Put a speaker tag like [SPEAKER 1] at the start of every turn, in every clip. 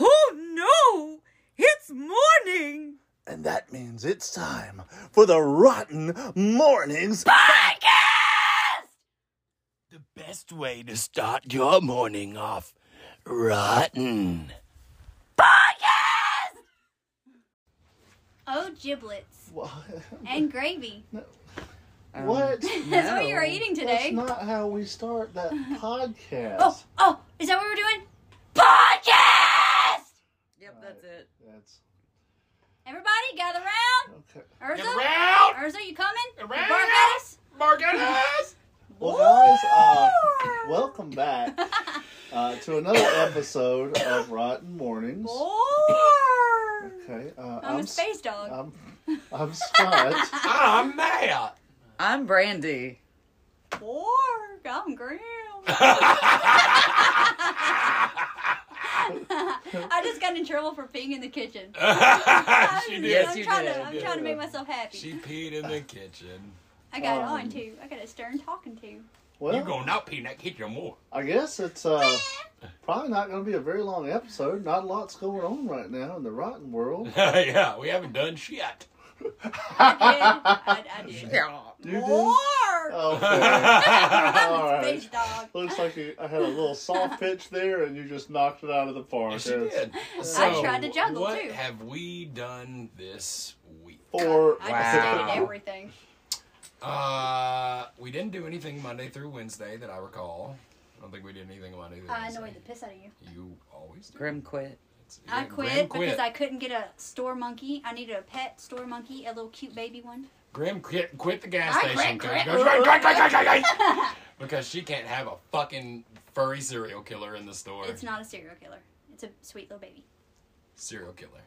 [SPEAKER 1] Oh, It's morning!
[SPEAKER 2] And that means it's time for the Rotten Mornings
[SPEAKER 1] Podcast!
[SPEAKER 2] The best way to start your morning off rotten.
[SPEAKER 1] Podcast!
[SPEAKER 3] Oh, giblets
[SPEAKER 2] What?
[SPEAKER 3] and gravy.
[SPEAKER 2] What?
[SPEAKER 3] That's what you were eating
[SPEAKER 2] That's
[SPEAKER 3] Um, today.
[SPEAKER 2] not how we start that podcast.
[SPEAKER 3] Oh, oh, is that what we're doing? Podcast!
[SPEAKER 1] Yep, that's it.
[SPEAKER 2] That's
[SPEAKER 3] Everybody gather round.
[SPEAKER 2] okay.
[SPEAKER 3] Urza,
[SPEAKER 4] Round!
[SPEAKER 3] Urza, you coming? You
[SPEAKER 4] Around!
[SPEAKER 3] bark at us?
[SPEAKER 4] Margaret!
[SPEAKER 2] Well, guys, uh, welcome back uh, to another episode of Rotten Mornings.
[SPEAKER 3] Roar.
[SPEAKER 2] Okay, uh,
[SPEAKER 3] I'm, a
[SPEAKER 2] S-
[SPEAKER 3] space dog.
[SPEAKER 2] I'm, I'm Scott.
[SPEAKER 4] I'm Matt!
[SPEAKER 1] I'm Brandy.
[SPEAKER 3] Roar. I'm Graham. I just got in trouble for peeing in the kitchen.
[SPEAKER 4] she
[SPEAKER 3] I'm-
[SPEAKER 4] did.
[SPEAKER 1] Yes,
[SPEAKER 3] I'm
[SPEAKER 1] you
[SPEAKER 3] trying
[SPEAKER 1] did.
[SPEAKER 3] To, I'm trying to make myself happy.
[SPEAKER 4] She peed in the kitchen.
[SPEAKER 3] I got
[SPEAKER 2] Um,
[SPEAKER 3] on too. I got a stern talking to.
[SPEAKER 2] Well,
[SPEAKER 4] You gonna not pee in that kitchen more.
[SPEAKER 2] I guess it's uh, probably not going to be a very long episode. Not a lot's going on right now in the rotten world.
[SPEAKER 4] yeah, we haven't done shit.
[SPEAKER 3] I did. I, I did.
[SPEAKER 2] You did?
[SPEAKER 3] Roar.
[SPEAKER 2] Oh, Okay.
[SPEAKER 3] I'm
[SPEAKER 2] all
[SPEAKER 3] a
[SPEAKER 2] right.
[SPEAKER 3] space dog.
[SPEAKER 2] Looks like you, I had a little soft pitch there, and you just knocked it out of the park.
[SPEAKER 4] Yes, she
[SPEAKER 2] There's
[SPEAKER 4] did.
[SPEAKER 3] I tried to juggle,
[SPEAKER 4] what
[SPEAKER 3] too.
[SPEAKER 4] have we done this week?
[SPEAKER 2] Four.
[SPEAKER 3] I just
[SPEAKER 1] Wow.
[SPEAKER 3] stated everything.
[SPEAKER 4] Uh, we didn't do anything Monday through Wednesday that I recall. I don't think we did anything Monday through
[SPEAKER 3] I
[SPEAKER 4] Wednesday.
[SPEAKER 3] annoyed the piss out of you.
[SPEAKER 4] You always do.
[SPEAKER 1] Grim quit.
[SPEAKER 4] It's-
[SPEAKER 3] I
[SPEAKER 4] Grim
[SPEAKER 3] quit,
[SPEAKER 4] quit.
[SPEAKER 3] because I couldn't get a store monkey. I needed a pet store monkey, a little cute baby one.
[SPEAKER 4] Grim quit, quit the gas
[SPEAKER 3] I
[SPEAKER 4] station
[SPEAKER 3] quit,
[SPEAKER 4] 'cause
[SPEAKER 3] quit.
[SPEAKER 4] she goes, "Quit, quit, quit, quit, quit, quit," because she can't have a fucking furry serial killer in the store.
[SPEAKER 3] It's not a serial killer. It's a sweet little baby.
[SPEAKER 4] serial killer.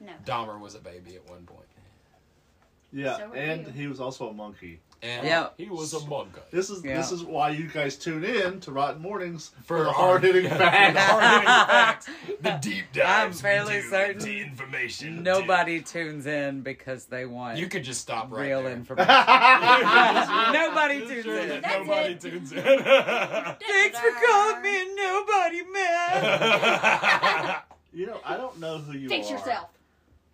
[SPEAKER 3] No.
[SPEAKER 4] Dahmer was a baby at one point.
[SPEAKER 2] Yeah,
[SPEAKER 3] So were
[SPEAKER 2] and
[SPEAKER 3] you.
[SPEAKER 2] he was also a monkey.
[SPEAKER 4] And
[SPEAKER 1] Yeah.
[SPEAKER 4] he was a monk.
[SPEAKER 2] This is
[SPEAKER 1] Yeah.
[SPEAKER 2] this is why you guys tune in to Rotten Mornings for,
[SPEAKER 4] For
[SPEAKER 2] the hard hitting
[SPEAKER 4] hard-
[SPEAKER 2] facts.
[SPEAKER 4] the hard-hitting facts, the deep dives, we
[SPEAKER 1] fairly
[SPEAKER 4] do,
[SPEAKER 1] certain
[SPEAKER 4] the information.
[SPEAKER 1] Nobody tunes in because they want
[SPEAKER 4] dude. You could just stop right
[SPEAKER 1] real
[SPEAKER 4] there.
[SPEAKER 1] information.
[SPEAKER 4] I'm
[SPEAKER 1] nobody
[SPEAKER 4] just
[SPEAKER 1] tunes
[SPEAKER 4] sure that
[SPEAKER 1] in.
[SPEAKER 3] That's
[SPEAKER 4] nobody
[SPEAKER 3] it.
[SPEAKER 4] tunes in.
[SPEAKER 1] Thanks for calling me a nobody man.
[SPEAKER 2] You know, I don't know who you
[SPEAKER 3] Fix
[SPEAKER 2] are.
[SPEAKER 3] yourself.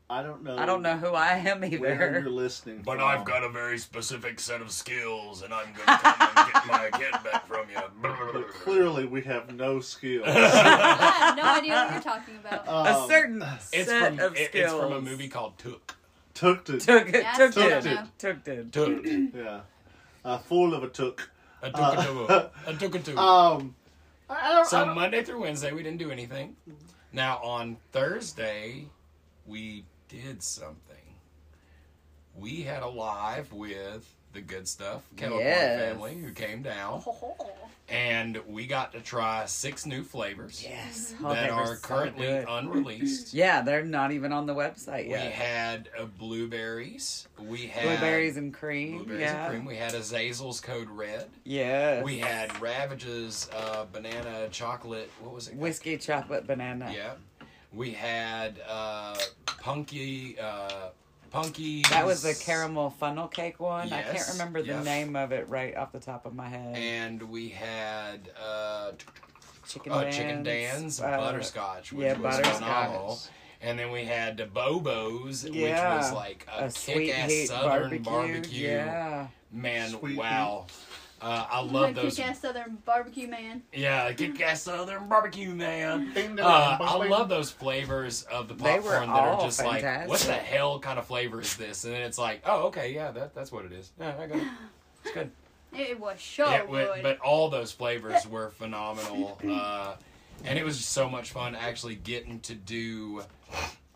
[SPEAKER 2] I don't know.
[SPEAKER 1] I don't know who I am
[SPEAKER 2] where you're
[SPEAKER 1] either.
[SPEAKER 2] listening.
[SPEAKER 4] But
[SPEAKER 2] from.
[SPEAKER 4] I've got a very specific set of skills, and I'm gonna come and get my kid back from you.
[SPEAKER 2] But clearly, we have no skills.
[SPEAKER 3] I have no idea what you're talking about.
[SPEAKER 1] a
[SPEAKER 2] Um,
[SPEAKER 1] certain
[SPEAKER 4] It's
[SPEAKER 1] set
[SPEAKER 4] from
[SPEAKER 1] of
[SPEAKER 4] it-
[SPEAKER 1] skills.
[SPEAKER 4] it's from a movie called Took.
[SPEAKER 2] took to
[SPEAKER 1] Took it.
[SPEAKER 3] Yes,
[SPEAKER 1] Took
[SPEAKER 3] I
[SPEAKER 2] don't
[SPEAKER 1] it.
[SPEAKER 3] know.
[SPEAKER 1] Took it.
[SPEAKER 4] Took.
[SPEAKER 2] yeah, a fool of a took.
[SPEAKER 4] A took a took. A took a took.
[SPEAKER 2] Um, I I don't. I
[SPEAKER 4] So
[SPEAKER 2] don't-
[SPEAKER 4] Monday through Wednesday we didn't do anything. Now on Thursday we did something. We had a live with the good stuff kettle corn
[SPEAKER 1] Yes.
[SPEAKER 4] family who came down,
[SPEAKER 3] Oh,
[SPEAKER 4] and we got to try six new flavors
[SPEAKER 1] Yes. Oh,
[SPEAKER 4] that
[SPEAKER 1] they were
[SPEAKER 4] are
[SPEAKER 1] so
[SPEAKER 4] currently
[SPEAKER 1] good.
[SPEAKER 4] unreleased.
[SPEAKER 1] Yeah, they're not even on the website
[SPEAKER 4] We
[SPEAKER 1] yet.
[SPEAKER 4] had uh, blueberries. We had
[SPEAKER 1] Blueberries and cream.
[SPEAKER 4] blueberries
[SPEAKER 1] yeah.
[SPEAKER 4] and cream. We had Azazel's Code Red.
[SPEAKER 1] Yes.
[SPEAKER 4] We had Ravages uh, banana chocolate. What was it?
[SPEAKER 1] whiskey chocolate banana.
[SPEAKER 4] Yeah. We had uh, Punky. Uh, Punky.
[SPEAKER 1] That was the caramel funnel cake one. I can't
[SPEAKER 4] Yes,
[SPEAKER 1] remember the
[SPEAKER 4] yes.
[SPEAKER 1] name of it right off the top of my head.
[SPEAKER 4] And we had uh,
[SPEAKER 1] chicken,
[SPEAKER 4] uh, Chicken
[SPEAKER 1] Dan's,
[SPEAKER 4] Dan's
[SPEAKER 1] uh,
[SPEAKER 4] Butterscotch, which
[SPEAKER 1] yeah,
[SPEAKER 4] was
[SPEAKER 1] butterscotch.
[SPEAKER 4] phenomenal. And then we had the Bobos,
[SPEAKER 1] Yeah.
[SPEAKER 4] which was like a,
[SPEAKER 1] A sweet
[SPEAKER 4] kick-ass
[SPEAKER 1] heat
[SPEAKER 4] Southern
[SPEAKER 1] barbecue.
[SPEAKER 4] barbecue.
[SPEAKER 1] Yeah.
[SPEAKER 4] Man,
[SPEAKER 2] Sweet
[SPEAKER 4] wow. Uh, I
[SPEAKER 3] I'm a
[SPEAKER 4] love those.
[SPEAKER 3] kick-ass southern barbecue man.
[SPEAKER 4] Yeah, kick-ass Southern barbecue, man.
[SPEAKER 2] Ding, ding,
[SPEAKER 4] Uh,
[SPEAKER 2] bong,
[SPEAKER 4] I
[SPEAKER 2] bing.
[SPEAKER 4] love those flavors of the
[SPEAKER 1] They
[SPEAKER 4] popcorn
[SPEAKER 1] were
[SPEAKER 4] that are
[SPEAKER 1] all
[SPEAKER 4] just like, what the
[SPEAKER 1] fantastic.
[SPEAKER 4] hell kind of flavor is this? And then it's like, oh, okay, yeah, that, that's what it is. Yeah, I got it. It's good.
[SPEAKER 3] It was so
[SPEAKER 4] Yeah, wi-
[SPEAKER 3] good.
[SPEAKER 4] but all those flavors were phenomenal. Uh, and it was just so much fun actually getting to do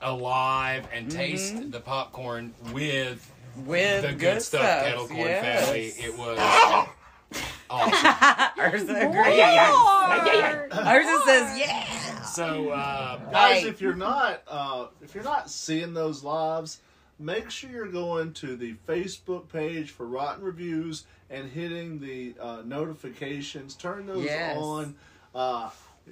[SPEAKER 4] a live and taste the popcorn with
[SPEAKER 1] With
[SPEAKER 4] the Mm-hmm. good stuff, kettle corn
[SPEAKER 1] yes.
[SPEAKER 4] family. It was awesome.
[SPEAKER 1] Ursa
[SPEAKER 3] Roar!
[SPEAKER 1] agrees. Ursa says yeah.
[SPEAKER 4] So, uh,
[SPEAKER 2] guys
[SPEAKER 1] Right.
[SPEAKER 2] if you're not uh, if you're not seeing those lives make sure you're going to the facebook page for rotten reviews and hitting the uh, notifications turn those
[SPEAKER 1] Yes.
[SPEAKER 2] on uh,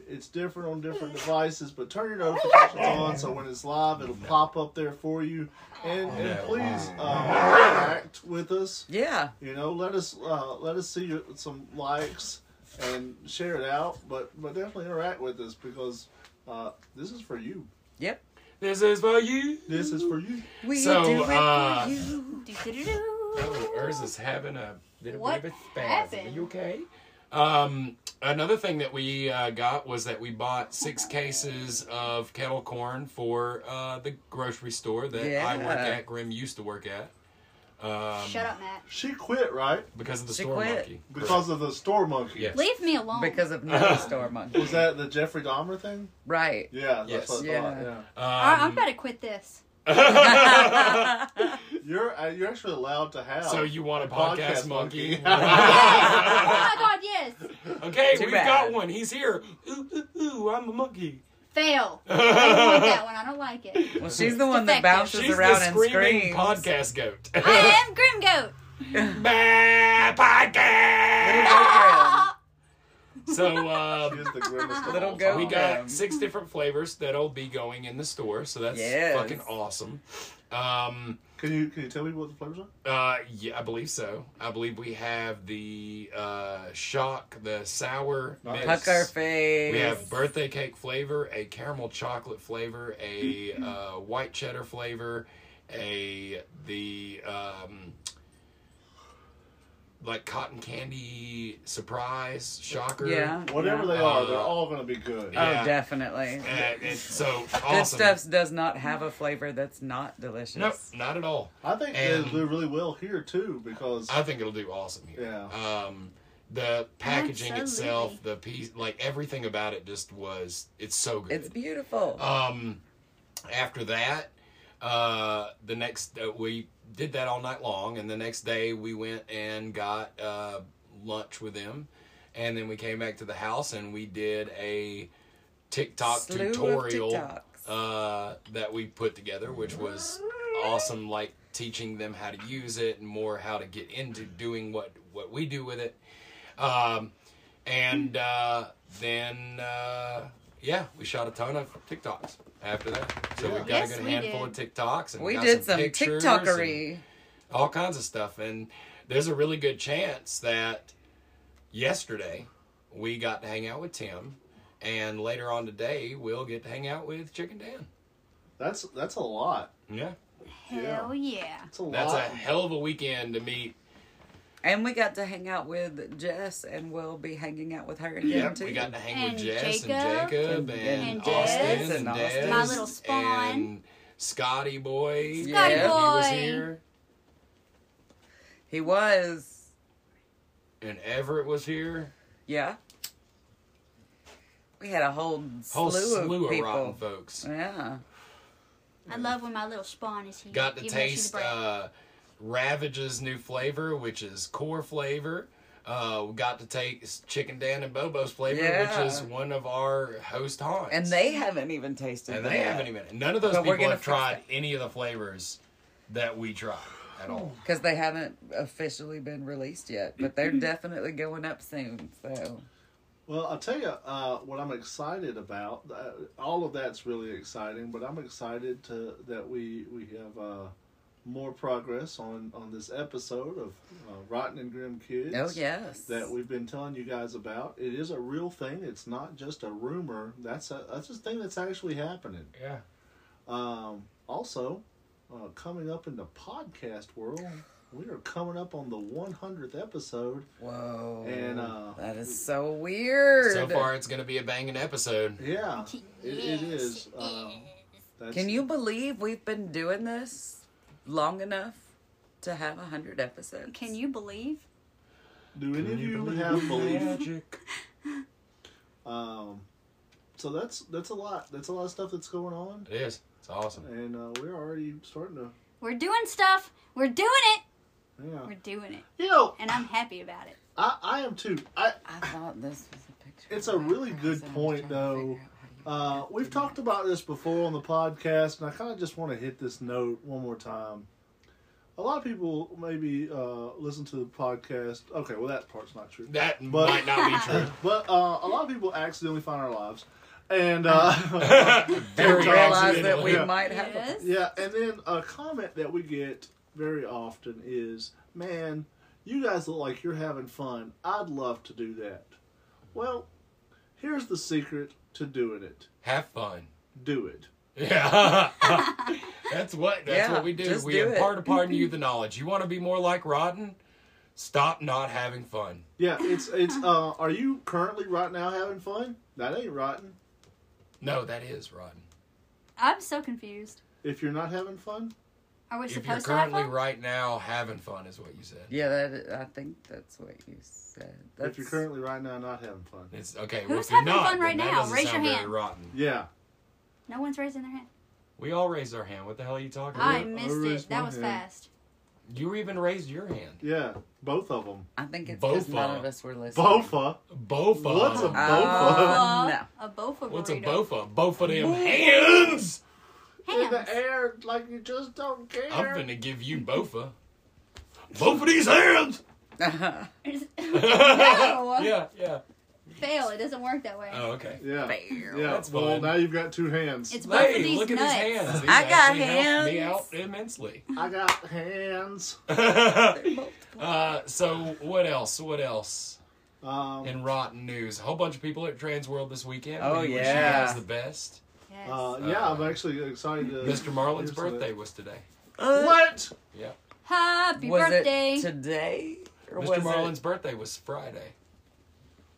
[SPEAKER 2] it's different on different devices but turn your notifications on so when it's live it'll pop up there for you and, and
[SPEAKER 4] No.
[SPEAKER 2] please um, interact with us
[SPEAKER 1] Yeah.
[SPEAKER 2] you know let us uh, let us see your, some likes and share it out but but definitely interact with us because uh, this is for you
[SPEAKER 1] Yep.
[SPEAKER 4] This is for you.
[SPEAKER 2] This is for you.
[SPEAKER 1] We
[SPEAKER 4] So,
[SPEAKER 1] do it for
[SPEAKER 4] uh,
[SPEAKER 1] you.
[SPEAKER 4] Oh,
[SPEAKER 3] Do-do-do-do.
[SPEAKER 4] Urza's having a little
[SPEAKER 3] What
[SPEAKER 4] bit of a spasm.
[SPEAKER 3] happened?
[SPEAKER 4] Are you okay? Um, another thing that we uh, got was that we bought six cases of kettle corn for uh, the grocery store that I work
[SPEAKER 1] Yeah.
[SPEAKER 4] at. Grim used to work at. Um,
[SPEAKER 3] Shut up, Matt.
[SPEAKER 2] She quit, right?
[SPEAKER 4] Because of the
[SPEAKER 1] She
[SPEAKER 4] store
[SPEAKER 1] quit.
[SPEAKER 4] monkey.
[SPEAKER 2] Because of the store monkey.
[SPEAKER 4] Yes.
[SPEAKER 3] Leave me alone.
[SPEAKER 1] Because of no store monkey.
[SPEAKER 2] Was that the Jeffrey Dahmer thing?
[SPEAKER 1] right?
[SPEAKER 2] Yeah, that's
[SPEAKER 4] Yes.
[SPEAKER 2] what I
[SPEAKER 1] Yeah.
[SPEAKER 2] thought.
[SPEAKER 4] Um,
[SPEAKER 3] Alright, I'm about to quit this.
[SPEAKER 2] Yeah. You're uh, you're actually allowed to have.
[SPEAKER 4] so you want a podcast,
[SPEAKER 2] Podcast
[SPEAKER 4] monkey?
[SPEAKER 3] oh my god, yes.
[SPEAKER 4] okay,
[SPEAKER 1] Too
[SPEAKER 4] we've
[SPEAKER 1] bad.
[SPEAKER 4] got one. He's here. Ooh, ooh, ooh, I'm a monkey.
[SPEAKER 3] Fail. I don't want that one. I don't like it.
[SPEAKER 1] Well, she's the one that bounces
[SPEAKER 4] She's
[SPEAKER 1] around
[SPEAKER 4] the
[SPEAKER 1] and
[SPEAKER 4] screaming
[SPEAKER 1] screams.
[SPEAKER 4] podcast goat.
[SPEAKER 3] I am Grim Goat.
[SPEAKER 4] Bah, podcast!
[SPEAKER 1] Little
[SPEAKER 4] So
[SPEAKER 2] She
[SPEAKER 4] um,
[SPEAKER 2] is the grimmest of
[SPEAKER 1] Little
[SPEAKER 2] all
[SPEAKER 1] goat.
[SPEAKER 4] we
[SPEAKER 2] time.
[SPEAKER 1] Um,
[SPEAKER 4] got six different flavors that'll be going in the store. So that's
[SPEAKER 1] Yes.
[SPEAKER 4] fucking awesome. Um,
[SPEAKER 2] Can you can you tell me what the flavors are?
[SPEAKER 4] uh, yeah, I believe so. I believe we have the uh, shock, the sour
[SPEAKER 2] Nice.
[SPEAKER 4] mix.
[SPEAKER 1] Pucker face.
[SPEAKER 4] We have birthday cake flavor, a caramel chocolate flavor, a
[SPEAKER 1] Mm-hmm.
[SPEAKER 4] uh, white cheddar flavor, a the um, like cotton candy surprise shocker.
[SPEAKER 1] Yeah.
[SPEAKER 2] Whatever
[SPEAKER 1] yeah.
[SPEAKER 2] they are,
[SPEAKER 4] Uh,
[SPEAKER 2] they're all going to be good.
[SPEAKER 4] yeah.
[SPEAKER 1] Oh, definitely.
[SPEAKER 4] Uh, it's so awesome.
[SPEAKER 1] Good Stuffs does not have a flavor that's not delicious.
[SPEAKER 4] Nope, not at all.
[SPEAKER 2] I think
[SPEAKER 4] And-
[SPEAKER 2] they do really well here too because
[SPEAKER 4] I think it'll do awesome here.
[SPEAKER 2] Yeah.
[SPEAKER 4] Um, the packaging itself,
[SPEAKER 3] Absolutely.
[SPEAKER 4] the piece, like everything about it, just was. It's so good.
[SPEAKER 1] It's beautiful.
[SPEAKER 4] um, after that, uh, the next uh, we did that all night long, and the next day we went and got uh, lunch with them, and then we came back to the house and we did a TikTok
[SPEAKER 1] Slew of
[SPEAKER 4] tutorial
[SPEAKER 1] TikToks.
[SPEAKER 4] uh, that we put together, which was awesome. Like teaching them how to use it and more how to get into doing what what we do with it. Um, and uh, then uh, yeah, we shot a ton of TikToks after that. So
[SPEAKER 2] Yeah.
[SPEAKER 4] we've got
[SPEAKER 3] Yes,
[SPEAKER 4] a good
[SPEAKER 3] we
[SPEAKER 4] handful
[SPEAKER 3] did.
[SPEAKER 4] of TikToks. And
[SPEAKER 1] we
[SPEAKER 4] got
[SPEAKER 1] did some,
[SPEAKER 4] pictures and
[SPEAKER 1] TikTokery.
[SPEAKER 4] all kinds of stuff, and there's a really good chance that yesterday we got to hang out with Tim. And later on today, we'll get to hang out with Chicken Dan.
[SPEAKER 2] that's that's a lot.
[SPEAKER 4] Yeah.
[SPEAKER 3] Hell yeah.
[SPEAKER 2] That's a
[SPEAKER 4] That's a
[SPEAKER 2] lot.
[SPEAKER 4] hell of a weekend to meet.
[SPEAKER 1] And we got to hang out with Jess, and we'll be hanging out with her again
[SPEAKER 4] Yep,
[SPEAKER 1] too.
[SPEAKER 4] we got to hang
[SPEAKER 3] And
[SPEAKER 4] with Jess and
[SPEAKER 3] Jacob.
[SPEAKER 4] Jacob and,
[SPEAKER 1] And- and
[SPEAKER 4] Austin
[SPEAKER 3] Jess.
[SPEAKER 4] and,
[SPEAKER 1] And
[SPEAKER 4] Des
[SPEAKER 1] Austin.
[SPEAKER 3] My little spawn.
[SPEAKER 4] and Scotty boy.
[SPEAKER 1] Scotty
[SPEAKER 4] He was
[SPEAKER 3] boy.
[SPEAKER 4] here,
[SPEAKER 1] he was,
[SPEAKER 4] and Everett was here.
[SPEAKER 1] yeah. We had a whole,
[SPEAKER 4] Whole
[SPEAKER 1] slew,
[SPEAKER 4] slew,
[SPEAKER 1] of
[SPEAKER 4] of,
[SPEAKER 1] people.
[SPEAKER 4] rotten folks.
[SPEAKER 1] Yeah.
[SPEAKER 3] I love when my little spawn is here.
[SPEAKER 4] Got to
[SPEAKER 3] Even though she's a
[SPEAKER 4] taste
[SPEAKER 3] brat.
[SPEAKER 4] uh, Ravage's new flavor, which is core flavor. Uh, we got to taste Chicken Dan and Bobo's flavor,
[SPEAKER 1] Yeah.
[SPEAKER 4] which is one of our host haunts.
[SPEAKER 1] And they haven't even tasted
[SPEAKER 4] And
[SPEAKER 1] that.
[SPEAKER 4] they haven't even. None of those
[SPEAKER 1] But we're
[SPEAKER 4] people
[SPEAKER 1] gonna
[SPEAKER 4] have
[SPEAKER 1] fix
[SPEAKER 4] tried any of the flavors that we tried at all.
[SPEAKER 1] Because they haven't officially been released yet, but
[SPEAKER 2] Mm-hmm.
[SPEAKER 1] they're definitely going up soon. So
[SPEAKER 2] Well, I'll tell you uh, what I'm excited about. Uh, all of that's really exciting, but I'm excited to that we we have uh, more progress on on this episode of uh, Rotten and Grim Kids.
[SPEAKER 1] Oh yes.
[SPEAKER 2] That we've been telling you guys about. It is a real thing. It's not just a rumor. That's a that's a thing that's actually happening.
[SPEAKER 4] Yeah.
[SPEAKER 2] Um, also, uh, coming up in the podcast world, we are coming up on the 100th episode.
[SPEAKER 1] Whoa.
[SPEAKER 2] And, uh,
[SPEAKER 1] that is so weird.
[SPEAKER 4] So far, it's going to be a banging episode.
[SPEAKER 2] Yeah,
[SPEAKER 3] T-
[SPEAKER 2] it,
[SPEAKER 3] yes,
[SPEAKER 2] it is. Um, that's,
[SPEAKER 1] Can you believe we've been doing this long enough to have a hundred episodes?
[SPEAKER 3] Can you believe?
[SPEAKER 2] Do any of you have belief?
[SPEAKER 4] Magic.
[SPEAKER 2] Um, so that's that's a lot. That's a lot of stuff that's going on,
[SPEAKER 4] It is. It's awesome.
[SPEAKER 2] and uh, we're already starting to.
[SPEAKER 3] We're doing stuff. We're doing it.
[SPEAKER 2] Yeah,
[SPEAKER 3] We're doing it.
[SPEAKER 2] you know,
[SPEAKER 3] And I'm happy about it.
[SPEAKER 2] I I am too. I
[SPEAKER 1] I thought this was a picture.
[SPEAKER 2] It's
[SPEAKER 1] of
[SPEAKER 2] a
[SPEAKER 1] my
[SPEAKER 2] really
[SPEAKER 1] house,
[SPEAKER 2] good
[SPEAKER 1] and I was
[SPEAKER 2] point,
[SPEAKER 1] trying to
[SPEAKER 2] though.
[SPEAKER 1] figure out how you
[SPEAKER 2] uh,
[SPEAKER 1] got
[SPEAKER 2] we've
[SPEAKER 1] to
[SPEAKER 2] talked about this before on the podcast, and I kind of just want to hit this note one more time. A lot of people maybe uh, listen to the podcast. Okay, well that part's not true.
[SPEAKER 4] That
[SPEAKER 2] But-
[SPEAKER 4] might not be true.
[SPEAKER 2] But uh, a lot of people accidentally find our lives, and uh,
[SPEAKER 1] that.
[SPEAKER 4] Very
[SPEAKER 1] I realized that
[SPEAKER 4] accidental.
[SPEAKER 1] we
[SPEAKER 2] Yeah.
[SPEAKER 1] might have. a-
[SPEAKER 3] Yes.
[SPEAKER 2] yeah. And then a comment that we get very often is, "Man, you guys look like you're having fun. I'd love to do that." Well, here's the secret to doing it:
[SPEAKER 4] Have fun.
[SPEAKER 2] do it.
[SPEAKER 4] Yeah. that's what that's
[SPEAKER 1] Yeah,
[SPEAKER 4] what we do.
[SPEAKER 1] just
[SPEAKER 4] We
[SPEAKER 1] do it.
[SPEAKER 4] impart upon you the knowledge. You want to be more like Rodden? Stop not having fun.
[SPEAKER 2] Yeah, it's it's. Uh, are you currently right now having fun? That ain't rotten.
[SPEAKER 4] No, that is Rodden.
[SPEAKER 3] I'm so confused.
[SPEAKER 2] If you're not having fun,
[SPEAKER 3] Are we
[SPEAKER 4] If you're
[SPEAKER 3] supposed to have
[SPEAKER 4] currently
[SPEAKER 3] fun?
[SPEAKER 4] right now having fun is what you said.
[SPEAKER 1] Yeah, that I think that's what you said. That's,
[SPEAKER 2] if you're currently right now not having fun,
[SPEAKER 4] It's okay.
[SPEAKER 3] Who's
[SPEAKER 4] if you're
[SPEAKER 3] having
[SPEAKER 4] not,
[SPEAKER 3] fun right
[SPEAKER 4] then that
[SPEAKER 3] now?
[SPEAKER 4] doesn't
[SPEAKER 3] Raise
[SPEAKER 4] sound
[SPEAKER 3] your
[SPEAKER 4] very
[SPEAKER 3] hand.
[SPEAKER 4] Rotten.
[SPEAKER 2] yeah,
[SPEAKER 3] No one's raising their hand.
[SPEAKER 4] We all raised our hand. What the hell are you talking
[SPEAKER 3] I
[SPEAKER 4] about?
[SPEAKER 3] missed
[SPEAKER 2] raised
[SPEAKER 3] it. That
[SPEAKER 2] my
[SPEAKER 3] was
[SPEAKER 2] hand.
[SPEAKER 3] fast.
[SPEAKER 4] You even raised your hand.
[SPEAKER 2] yeah, both of them.
[SPEAKER 1] I think it's because
[SPEAKER 4] Bofa.
[SPEAKER 1] none of us were listening.
[SPEAKER 2] Bofa.
[SPEAKER 4] Bofa.
[SPEAKER 2] What's a
[SPEAKER 1] Uh,
[SPEAKER 3] Ah.
[SPEAKER 2] bofa?
[SPEAKER 1] no.
[SPEAKER 3] A bofa burrito.
[SPEAKER 4] What's a bofa? Bofa them hands.
[SPEAKER 2] In
[SPEAKER 3] Hands.
[SPEAKER 2] the air, like you just don't care.
[SPEAKER 4] I'm finna give you bofa. Bofa these hands.
[SPEAKER 3] No.
[SPEAKER 4] Yeah, yeah.
[SPEAKER 3] Fail. It doesn't work that way.
[SPEAKER 4] Oh, okay.
[SPEAKER 2] yeah,
[SPEAKER 1] Bam.
[SPEAKER 2] yeah.
[SPEAKER 4] That's
[SPEAKER 2] well,
[SPEAKER 4] fun.
[SPEAKER 2] now you've got two hands.
[SPEAKER 3] It's- Both of
[SPEAKER 4] Hey,
[SPEAKER 3] these
[SPEAKER 4] look
[SPEAKER 3] nuts.
[SPEAKER 4] at his hands. These
[SPEAKER 1] I got
[SPEAKER 4] actually helped Me
[SPEAKER 1] hands.
[SPEAKER 4] out immensely.
[SPEAKER 2] I got hands.
[SPEAKER 4] uh, so what else? What else?
[SPEAKER 2] Um,
[SPEAKER 4] In rotten news, a whole bunch of people at Trans World this weekend.
[SPEAKER 1] Oh,
[SPEAKER 4] we wish
[SPEAKER 1] yeah.
[SPEAKER 4] you guys the best.
[SPEAKER 3] Yes.
[SPEAKER 2] uh, yeah, I'm actually excited. To
[SPEAKER 4] Mr. Marlin's
[SPEAKER 2] hear some of
[SPEAKER 4] birthday
[SPEAKER 2] that.
[SPEAKER 4] was today.
[SPEAKER 1] Uh,
[SPEAKER 2] What?
[SPEAKER 4] Yeah,
[SPEAKER 3] Happy
[SPEAKER 1] was
[SPEAKER 3] birthday.
[SPEAKER 1] it today? Or was
[SPEAKER 4] Mr.
[SPEAKER 1] it-
[SPEAKER 4] Marlin's birthday was Friday.